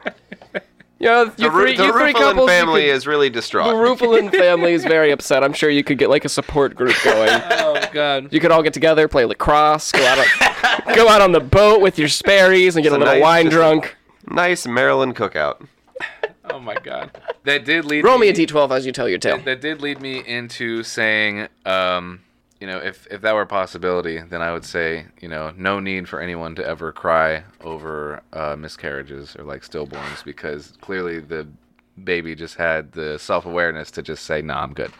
Speaker 4: you know, you
Speaker 5: The, Ru-
Speaker 4: three,
Speaker 5: the
Speaker 4: you three
Speaker 5: Rufalin
Speaker 4: couples. you
Speaker 5: family
Speaker 4: could-
Speaker 5: is really
Speaker 4: the
Speaker 5: distraught.
Speaker 4: Rufalin family is very upset. I'm sure you could get like a support group going.
Speaker 3: Oh god.
Speaker 4: You could all get together, play lacrosse, go out on, go out on the boat with your Sperry's and get a
Speaker 5: a
Speaker 4: little
Speaker 5: nice-
Speaker 4: wine
Speaker 5: just-
Speaker 4: drunk.
Speaker 5: nice Maryland cookout.
Speaker 3: Oh my god. That did lead
Speaker 4: Roll me a d12 as you tell your tale.
Speaker 3: that did lead me into saying, um, you know, if if that were a possibility, then I would say, you know, no need for anyone to ever cry over uh, miscarriages or like stillborns because clearly the baby just had the self awareness to just say, "Nah, I'm good."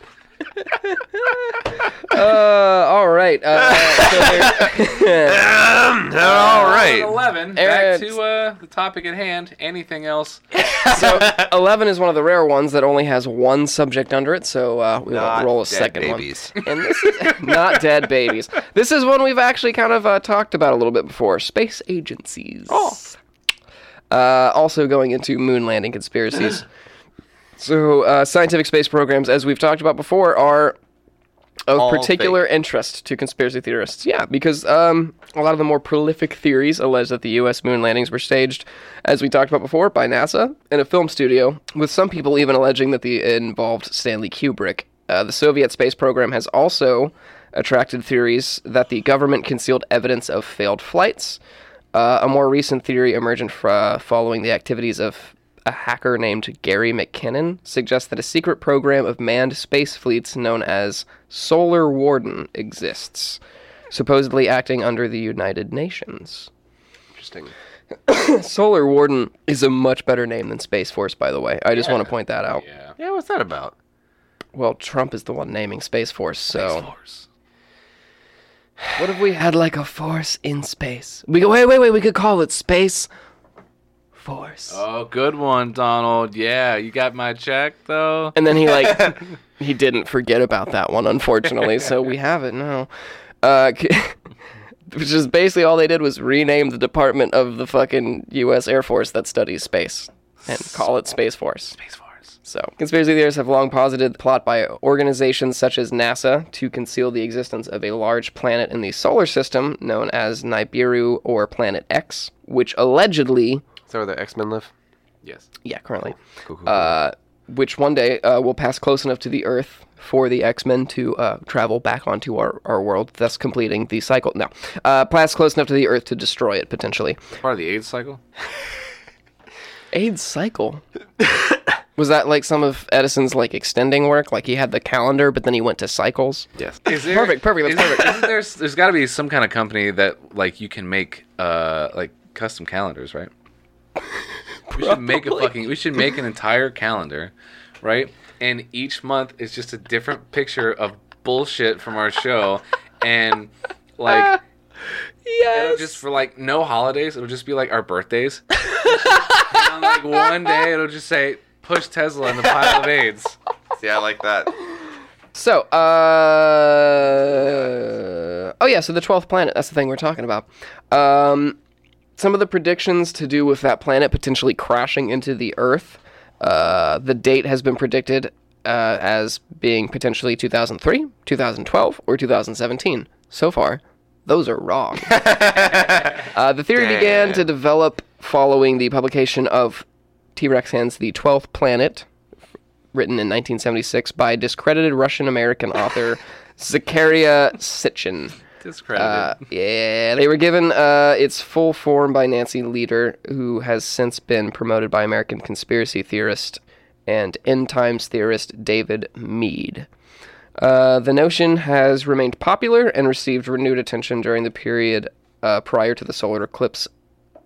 Speaker 4: Uh, all right. Uh, so there-
Speaker 5: All right.
Speaker 3: Eleven.
Speaker 4: Eric-
Speaker 3: Back to uh, the topic at hand. Anything else?
Speaker 4: so eleven is one of the rare ones that only has one subject under it. So uh, we
Speaker 5: Not
Speaker 4: won't roll a
Speaker 5: dead
Speaker 4: second
Speaker 5: babies.
Speaker 4: one. And this is not dead babies. This is one we've actually kind of uh, talked about a little bit before. Space agencies. Oh. Uh, also going into moon landing conspiracies. so uh, scientific space programs, as we've talked about before, are of
Speaker 5: All
Speaker 4: particular interest to conspiracy theorists. Yeah, because um, a lot of the more prolific theories allege that the U.S. moon landings were staged, as we talked about before, by NASA in a film studio, with some people even alleging that the it involved Stanley Kubrick. Uh, the Soviet space program has also attracted theories that the government concealed evidence of failed flights. Uh, a more recent theory emergent fr- uh, following the activities of a hacker named Gary McKinnon suggests that a secret program of manned space fleets known as Solar Warden exists, supposedly acting under the United Nations.
Speaker 5: Interesting.
Speaker 4: Solar Warden is a much better name than Space Force, by the way. I just want to point that out.
Speaker 3: Yeah.
Speaker 5: Yeah, what's that about?
Speaker 4: Well, Trump is the one naming Space Force, so. What if we had like a force in space? We go, wait, wait, wait, we could call it Space Force.
Speaker 3: Oh, good one, Donald. Yeah, you got my check though.
Speaker 4: And then he like he didn't forget about that one, unfortunately. So we have it now. Uh, c- which is basically all they did was rename the department of the fucking U.S. Air Force that studies space and call it Space Force.
Speaker 3: Space Force.
Speaker 4: So conspiracy theorists have long posited the plot by organizations such as NASA to conceal the existence of a large planet in the solar system known as Nibiru or Planet X, which allegedly
Speaker 5: Is that where the X Men live?
Speaker 3: Yes.
Speaker 4: yeah, currently.
Speaker 5: cool, cool.
Speaker 4: Uh, which one day uh, will pass close enough to the Earth for the X Men to uh, travel back onto our, our world, thus completing the cycle. No, uh, pass close enough to the Earth to destroy it potentially.
Speaker 3: Part of the AIDS cycle.
Speaker 4: AIDS cycle. Was that like some of Edison's like extending work? Like he had the calendar, but then he went to cycles.
Speaker 3: Yes. Is there,
Speaker 4: Perfect, perfect,
Speaker 3: is,
Speaker 4: that's perfect.
Speaker 3: Isn't there, there's got to be some kind of company that like you can make uh like custom calendars, right? We should make a fucking. We should make an entire calendar right? And each month is just a different picture of bullshit from our show, and like it'll
Speaker 4: Yes.
Speaker 3: just for like no holidays, it'll just be like our birthdays. and on, like one day, it'll just say push Tesla in the pile of AIDS.
Speaker 5: See, I like that.
Speaker 4: So, uh, oh yeah, so the twelfth planet. That's the thing we're talking about. Um, some of the predictions to do with that planet potentially crashing into the Earth. Uh, the date has been predicted uh, as being potentially 2003, 2012, or 2017. So far, those are wrong. Uh, the theory began to develop following the publication of T Rex Hands The Twelfth Planet, written in 1976 by discredited Russian American author Zakaria Sitchin.
Speaker 3: Discredited.
Speaker 4: Uh, yeah, they were given uh, its full form by Nancy Leader, who has since been promoted by American conspiracy theorist and end times theorist David Mead. Uh, the notion has remained popular and received renewed attention during the period uh, prior to the solar eclipse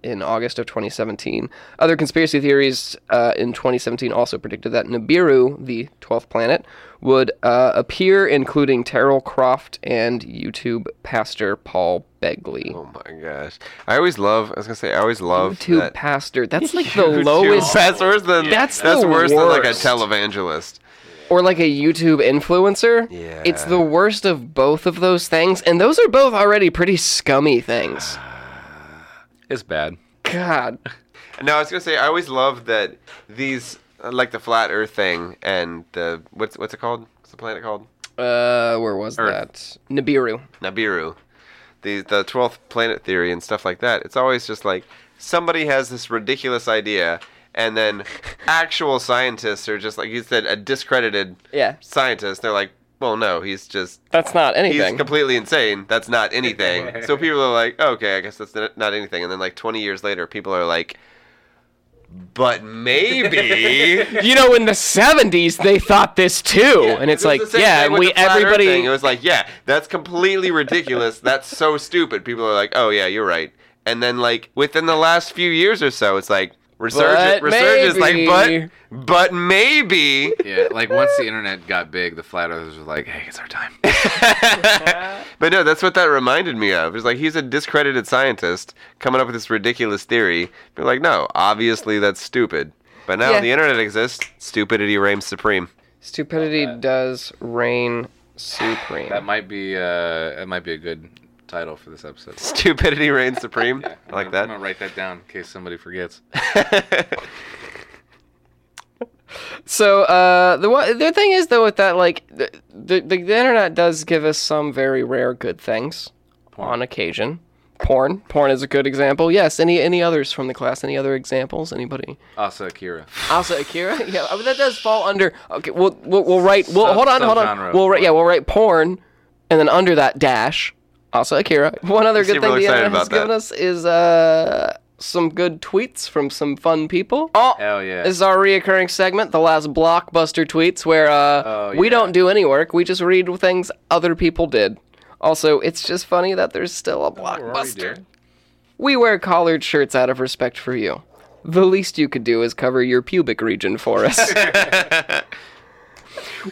Speaker 4: in August of 2017. Other conspiracy theories uh, in 2017 also predicted that Nibiru, the 12th planet, would uh, appear, including Terrell Croft and YouTube pastor Paul Begley.
Speaker 5: Oh my gosh. I always love, I was going to say, I always love
Speaker 4: YouTube
Speaker 5: that.
Speaker 4: pastor. That's like the lowest,
Speaker 5: That's worse than
Speaker 4: That's the
Speaker 5: worse than like a
Speaker 4: worst.
Speaker 5: televangelist.
Speaker 4: or like a YouTube influencer.
Speaker 5: Yeah.
Speaker 4: It's the worst of both of those things, and those are both already pretty scummy things.
Speaker 3: it's bad.
Speaker 4: God.
Speaker 5: No, I was gonna say I always love that these uh, like the flat Earth thing and the what's what's it called? What's the planet called?
Speaker 4: Uh, where was that? Nibiru.
Speaker 5: Nibiru. The the twelfth planet theory and stuff like that. It's always just like somebody has this ridiculous idea and then actual scientists are just like you said a discredited
Speaker 4: Yeah.
Speaker 5: scientist. They're like, well, no, he's just
Speaker 4: That's not
Speaker 5: he's
Speaker 4: anything.
Speaker 5: completely insane. That's not anything. so people are like, okay, I guess that's n- not anything. And then like 20 years later, people are like, but maybe.
Speaker 4: you know, in the '70s, they thought this too, and it's
Speaker 5: It
Speaker 4: like,
Speaker 5: was the same
Speaker 4: yeah,
Speaker 5: thing with
Speaker 4: we
Speaker 5: the flat Earth thing.
Speaker 4: everybody.
Speaker 5: It was like, yeah, that's completely ridiculous. that's so stupid. People are like, oh yeah, you're right. And then like within the last few years or so, it's like resurgence.
Speaker 4: But
Speaker 5: Resurgence, like,
Speaker 4: maybe.
Speaker 5: but but maybe.
Speaker 3: Yeah, like once the internet got big, the flat earthers were like, "Hey, it's our time."
Speaker 5: But no, that's what that reminded me of. It's like he's a discredited scientist coming up with this ridiculous theory. You're like, no, obviously that's stupid. But now
Speaker 4: Yeah.
Speaker 5: the internet exists, stupidity reigns supreme.
Speaker 4: Stupidity does reign supreme.
Speaker 3: That might be uh, that might be a good title for this episode.
Speaker 5: Stupidity reigns supreme. I like
Speaker 3: I'm
Speaker 5: that.
Speaker 3: gonna write that down in case somebody forgets.
Speaker 4: So uh, the one, the thing is though with that like the, the the internet does give us some very rare good things on occasion. Porn, porn is a good example. Yes, any any others from the class? Any other examples? Anybody?
Speaker 3: Asa Akira.
Speaker 4: Also Akira. yeah, I mean, that does fall under. Okay, we'll we'll, we'll write. We'll
Speaker 3: Sub-
Speaker 4: hold on, hold on.
Speaker 3: subgenre of
Speaker 4: We'll write. Yeah,
Speaker 3: porn.
Speaker 4: we'll write porn, and then under that dash, also Akira. One other good
Speaker 5: seem
Speaker 4: thing
Speaker 5: real
Speaker 4: the
Speaker 5: excited
Speaker 4: internet has
Speaker 5: about that.
Speaker 4: given us is uh some good tweets from some fun people. Oh,
Speaker 3: Hell yeah.
Speaker 4: this is our reoccurring segment, the last blockbuster tweets, where uh,
Speaker 3: Oh,
Speaker 4: we
Speaker 3: yeah.
Speaker 4: don't do any work. We just read things other people did. Also, it's just funny that there's still a blockbuster. we wear collared shirts out of respect for you. The least you could do is cover your pubic region for us.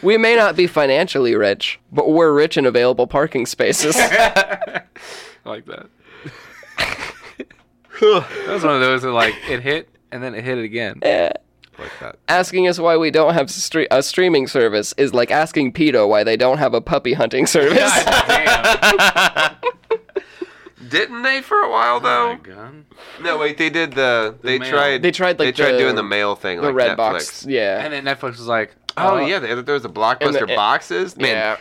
Speaker 4: we may not be financially rich, but we're rich in available parking spaces.
Speaker 3: I like that. that was one of those that like it hit and then it hit it again. Like that.
Speaker 4: asking us why we don't have stre- a streaming service is like asking pedo why they don't have a puppy hunting service.
Speaker 5: Didn't they for a while
Speaker 3: Oh,
Speaker 5: though?
Speaker 3: gun.
Speaker 5: No, wait, they did the. They
Speaker 3: mail.
Speaker 5: tried.
Speaker 4: They tried, like,
Speaker 5: they tried
Speaker 4: the-
Speaker 5: doing the mail thing.
Speaker 4: the
Speaker 5: like
Speaker 4: red
Speaker 5: Netflix.
Speaker 4: box, yeah.
Speaker 3: And then Netflix was like,
Speaker 5: Oh yeah, there, there was a blockbuster
Speaker 4: the-
Speaker 5: boxes. Man,
Speaker 4: Yeah.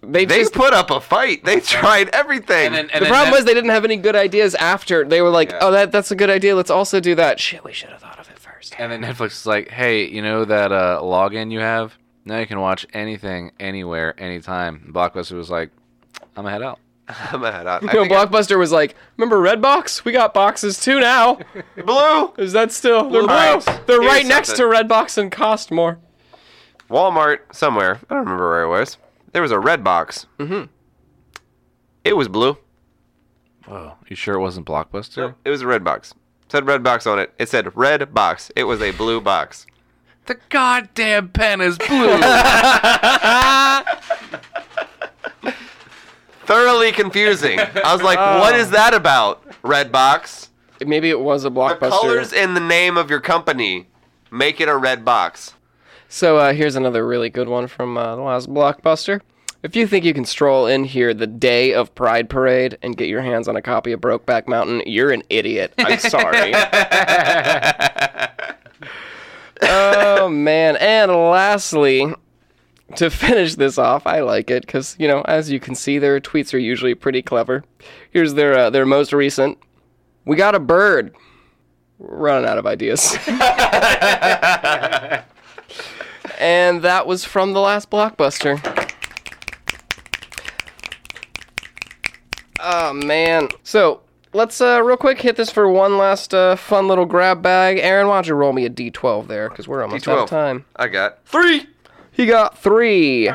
Speaker 4: They,
Speaker 5: they
Speaker 4: just,
Speaker 5: put up a fight. They tried everything.
Speaker 3: and then and
Speaker 4: the
Speaker 3: then
Speaker 4: problem
Speaker 3: Net-
Speaker 4: was they didn't have any good ideas after. They were like,
Speaker 5: Yeah.
Speaker 4: "Oh, that that's a good idea. Let's also do that." Shit, we should have thought of it first.
Speaker 3: and then Netflix was like, hey, you know that uh, login you have? Now you can watch anything, anywhere, anytime. And Blockbuster was like, I'm gonna head out.
Speaker 5: I'm out. I
Speaker 4: No,
Speaker 5: think I-
Speaker 4: Blockbuster was like, "Remember Redbox? We got boxes too now."
Speaker 5: blue.
Speaker 4: Is that still? They're
Speaker 5: Blue
Speaker 4: right,
Speaker 5: box.
Speaker 4: they're
Speaker 5: Here's
Speaker 4: right next to
Speaker 5: something.
Speaker 4: Redbox and Costmore.
Speaker 5: Walmart somewhere. I don't remember where it was. There was a red box. Mm-hmm. It was blue.
Speaker 3: Whoa. You sure it wasn't Blockbuster?
Speaker 5: It was a red box. It said red box on it. It said red box. It was a blue box.
Speaker 3: The goddamn pen is blue.
Speaker 5: Thoroughly confusing. I was like,
Speaker 4: Oh.
Speaker 5: what is that about, Redbox?
Speaker 4: Maybe it was a
Speaker 5: The
Speaker 4: blockbuster.
Speaker 5: colors in the name of your company make it a red box.
Speaker 4: So uh, here's another really good one from uh, the last blockbuster. If you think you can stroll in here the day of Pride Parade and get your hands on a copy of Brokeback Mountain, you're an idiot. I'm sorry. oh man! And lastly, to finish this off, I like it because you know, as you can see, their tweets are usually pretty clever. Here's their uh, their most recent. We got a bird. We're running out of ideas. And that was from the last blockbuster. Oh man. So let's uh, real quick hit this for one last uh, fun little grab bag. Aaron, why don't you roll me a D12 there, because we're almost out of time.
Speaker 5: I got three.
Speaker 4: He got three.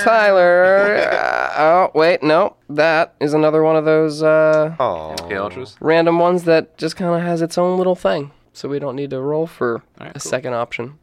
Speaker 4: Tyler. uh, oh wait, no, that is another one of those uh,
Speaker 5: Oh,
Speaker 3: Okay, Ultras.
Speaker 4: random ones that just kind of has its own little thing. So we don't need to roll for a second option.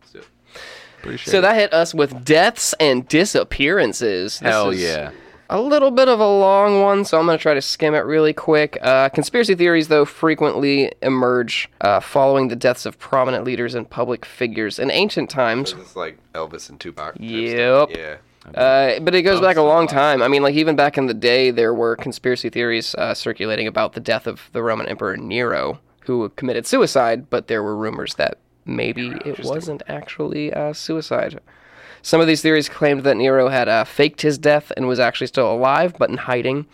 Speaker 3: Appreciate
Speaker 4: So that hit us with deaths and disappearances. This
Speaker 3: Hell
Speaker 4: is
Speaker 3: yeah.
Speaker 4: A little bit of a long one, so I'm going to try to skim it really quick. Uh, conspiracy theories, though, frequently emerge uh, following the deaths of prominent leaders and public figures in ancient times.
Speaker 5: it's like Elvis and Tupac. type
Speaker 4: Yep.
Speaker 5: stuff. Yeah.
Speaker 4: Uh, but it goes back a long time. I mean, like even back in the day, there were conspiracy theories uh, circulating about the death of the Roman Emperor Nero, who committed suicide. But there were rumors that maybe it wasn't actually uh, suicide. Some of these theories claimed that Nero had uh, faked his death and was actually still alive, but in hiding,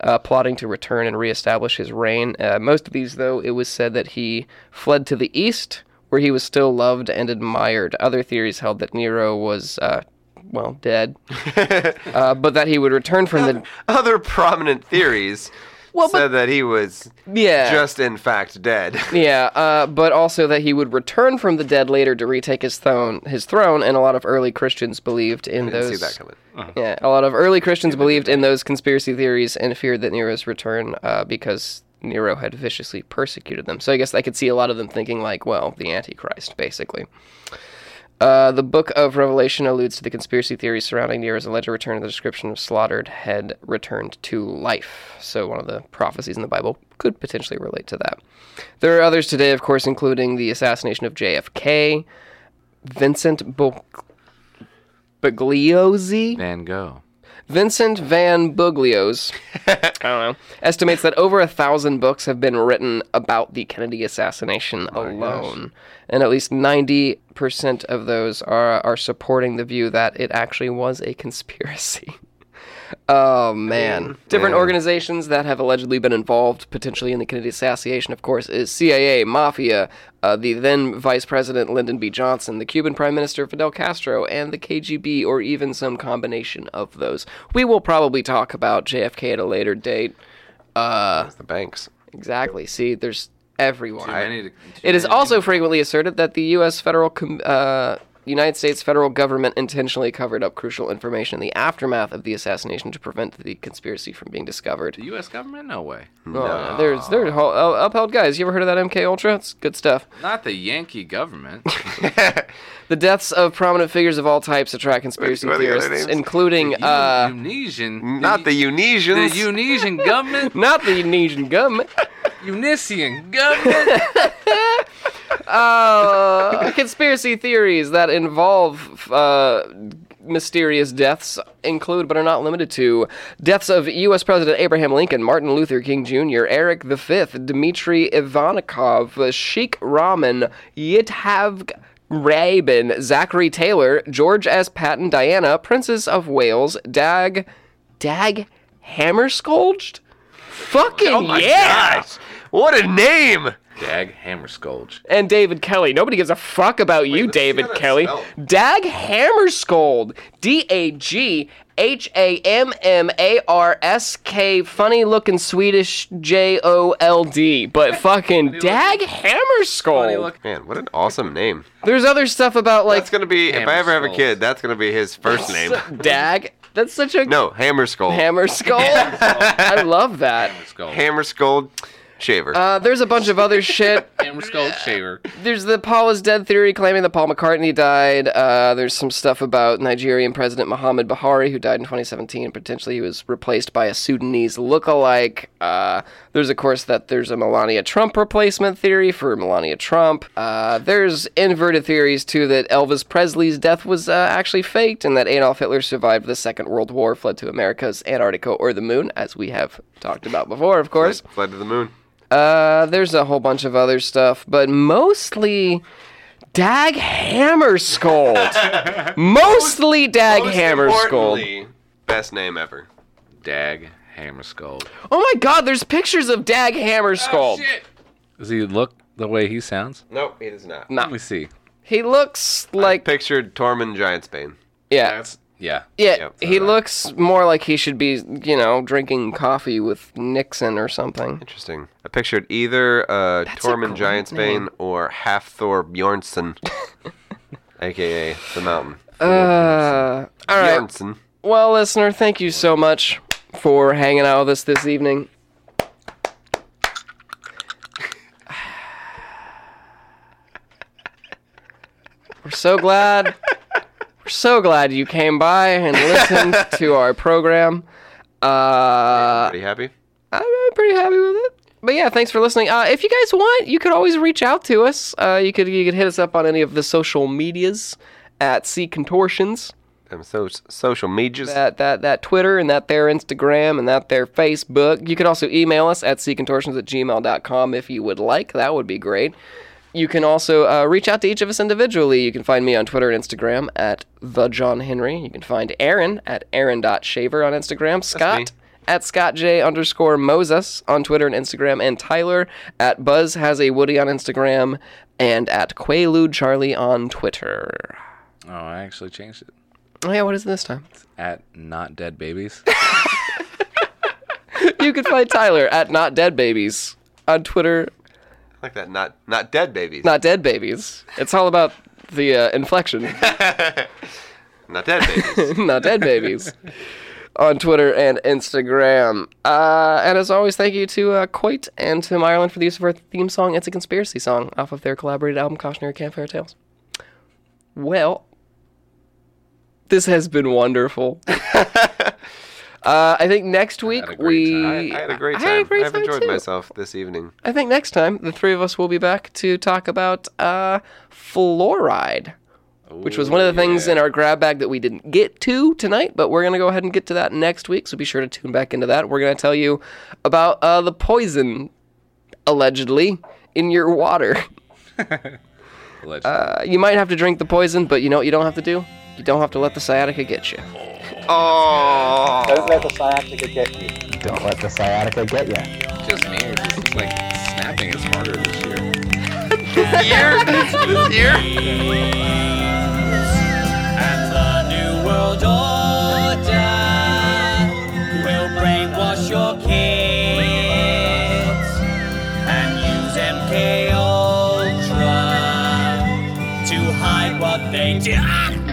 Speaker 4: uh, plotting to return and reestablish his reign. Uh, most of these, though, it was said that he fled to the east, where he was still loved and admired. Other theories held that Nero was, uh, well, dead, uh, but that he would return from the
Speaker 5: Other prominent theories
Speaker 4: Well, but-
Speaker 5: said that he was
Speaker 4: yeah.
Speaker 5: just in fact dead.
Speaker 4: Yeah, uh, but also that he would return from the dead later to retake his throne. His throne, and a lot of early Christians believed in
Speaker 5: Didn't
Speaker 4: those.
Speaker 5: see that coming.
Speaker 4: Yeah, a lot of early Christians believed in those conspiracy theories and feared that Nero's return uh, because Nero had viciously persecuted them. So I guess I could see a lot of them thinking, like, well, the Antichrist, basically. Uh, the book of Revelation alludes to the conspiracy theories surrounding Nero's alleged return to the description of slaughtered head returned to life. So, one of the prophecies in the Bible could potentially relate to that. There are others today, of course, including the assassination of JFK, Vincent Bo- Bugliosi.
Speaker 3: Van Gogh.
Speaker 4: Vincent Van Buglios, I don't know, estimates that over a thousand books have been written about the Kennedy assassination alone, and at least ninety percent of those are are supporting the view that it actually was a conspiracy. Oh man! Different organizations that have allegedly been involved potentially in the Kennedy assassination, of course, is CIA, mafia, uh, the then Vice President Lyndon B. Johnson, the Cuban Prime Minister Fidel Castro, and the KGB, or even some combination of those. We will probably talk about JFK at a later date.
Speaker 5: It's the banks.
Speaker 4: Exactly. See, there's everyone.
Speaker 3: Many to-
Speaker 4: It is also frequently asserted that the U.S. federal com- uh, United States federal government intentionally covered up crucial information in the aftermath of the assassination to prevent the conspiracy from being discovered.
Speaker 3: The U.S. government? No way.
Speaker 4: No, no, Oh, there's there's whole, uh, upheld guys. You ever heard of that MK Ultra? It's good stuff.
Speaker 3: Not the Yankee government.
Speaker 4: The deaths of prominent figures of all types attract conspiracy
Speaker 5: What are the other
Speaker 4: theorists,
Speaker 5: names?
Speaker 4: including uh,
Speaker 3: Unisian.
Speaker 5: Not the
Speaker 3: The
Speaker 5: Unisians.
Speaker 3: Unisian government.
Speaker 4: not the Indonesian government.
Speaker 3: Unisian government.
Speaker 4: Uh, conspiracy theories that involve uh, mysterious deaths include, but are not limited to, deaths of U.S. President Abraham Lincoln, Martin Luther King Jr., Eric V, Dmitry Ivannikov, uh, Sheikh Rahman, Yithav Rabin, Zachary Taylor, George S. Patton, Diana, Princess of Wales, Dag, Dag Hammerskolged? Fucking yeah!
Speaker 5: Gosh, what a name!
Speaker 3: Dag Hammerskolge.
Speaker 4: and David Kelly. Nobody gives a fuck about you, David Kelly. Dag Hammarskjöld. D A G H A M M A R S K. Funny looking Swedish J O L D. But fucking Dag Hammarskjöld.
Speaker 3: look-
Speaker 5: Man, what an awesome name.
Speaker 4: There's other stuff about like
Speaker 5: That's gonna be if I ever have a
Speaker 3: Hammerskulls.
Speaker 5: kid, that's gonna be his first name.
Speaker 4: Dag. That's such a
Speaker 5: No, Hammer Skull.
Speaker 4: Hammarskjöld. I love that.
Speaker 3: Hammerskolge.
Speaker 5: Hammer Skull. shaver.
Speaker 4: Uh, there's a bunch of other shit.
Speaker 3: Hammer skull shaver.
Speaker 4: There's the Paul is dead theory claiming that Paul McCartney died. Uh, there's some stuff about Nigerian President Mohammed Buhari, who died in 2017. Potentially, he was replaced by a Sudanese lookalike. Uh, there's, of course, that there's a Melania Trump replacement theory for Melania Trump. Uh, there's inverted theories, too, that Elvis Presley's death was uh, actually faked and that Adolf Hitler survived the Second World War, fled to America's Antarctica or the moon, as we have talked about before, of course.
Speaker 5: Fled to the moon.
Speaker 4: Uh, there's a whole bunch of other stuff, but mostly Dag Hammarskjöld. mostly Dag Hammarskjöld.
Speaker 5: importantly, Best name ever.
Speaker 3: Dag hammer skull.
Speaker 4: Oh my God! There's pictures of Dag
Speaker 5: Oh,
Speaker 4: Hammarskjöld.
Speaker 3: Does he look the way he sounds?
Speaker 5: Nope, it is not.
Speaker 3: Let me see.
Speaker 4: he looks like
Speaker 5: Pictured Tormund Giantsbane.
Speaker 4: yeah,
Speaker 3: That's yeah.
Speaker 4: yeah.
Speaker 5: Yep,
Speaker 4: he
Speaker 5: uh,
Speaker 4: looks more like he should be, you know, drinking coffee with Nixon or something.
Speaker 5: Interesting. I pictured either uh,
Speaker 4: a
Speaker 5: Tormund
Speaker 4: great
Speaker 5: Giantsbane or Halfthor Bjornsson, aka the Mountain.
Speaker 4: Uh, all right.
Speaker 5: Bjornsson.
Speaker 4: Well, listener, thank you so much for hanging out with us this evening. We're so glad. We're so glad you came by and listened to our program. Uh,
Speaker 5: Pretty happy.
Speaker 4: I'm uh, pretty happy with it. But yeah, thanks for listening. Uh, if you guys want, you could always reach out to us. Uh, you could you could hit us up on any of the social medias at C Contortions
Speaker 5: I'm so social medias.
Speaker 4: that that that Twitter and that their Instagram and that their Facebook. You can also email us at ccontortions at gmail.com if you would like. That would be great. You can also uh, reach out to each of us individually. You can find me on Twitter and Instagram at the John Henry. You can find Aaron at Aaron.shaver on Instagram. Scott at Scott J underscore Moses on Twitter and Instagram. And Tyler at Buzz has a Woody on Instagram and at Quaalude Charlie on Twitter.
Speaker 3: Oh, I actually changed it.
Speaker 4: Oh, yeah, what is it this time?
Speaker 3: At not dead babies.
Speaker 4: you can find Tyler at Not Dead Babies on Twitter.
Speaker 5: I like that. Not not dead babies.
Speaker 4: Not Dead Babies. It's all about the uh, inflection.
Speaker 5: Not dead babies.
Speaker 4: not Dead Babies. On Twitter and Instagram. Uh, and as always, thank you to uh, Coit and to Ireland for the use of our theme song, It's a Conspiracy Song, off of their collaborated album, Cautionary Campfire Tales. Well, this has been wonderful. uh, I think next week
Speaker 3: had a great
Speaker 4: we.
Speaker 3: time.
Speaker 5: I had a great
Speaker 4: I
Speaker 5: time.
Speaker 4: had a great
Speaker 5: I've
Speaker 4: time,
Speaker 5: enjoyed
Speaker 4: too.
Speaker 5: myself this evening.
Speaker 4: I think next time the three of us will be back to talk about uh, fluoride, which was one of the things in our grab bag that we didn't get to tonight, but we're going to go ahead and get to that next week. So be sure to tune back into that. We're going to tell you about uh, the poison allegedly in your water.
Speaker 3: Allegedly.
Speaker 4: Uh, you might have to drink the poison, but you know what you don't have to do? You don't have to let the sciatica get you.
Speaker 5: Oh,
Speaker 7: Don't let the sciatica get you. Don't let the sciatica get you.
Speaker 3: just me. Or just like snapping is harder this year.
Speaker 2: And the New World Order will brainwash your kids and use MK Ultra to hide what they did. Ah!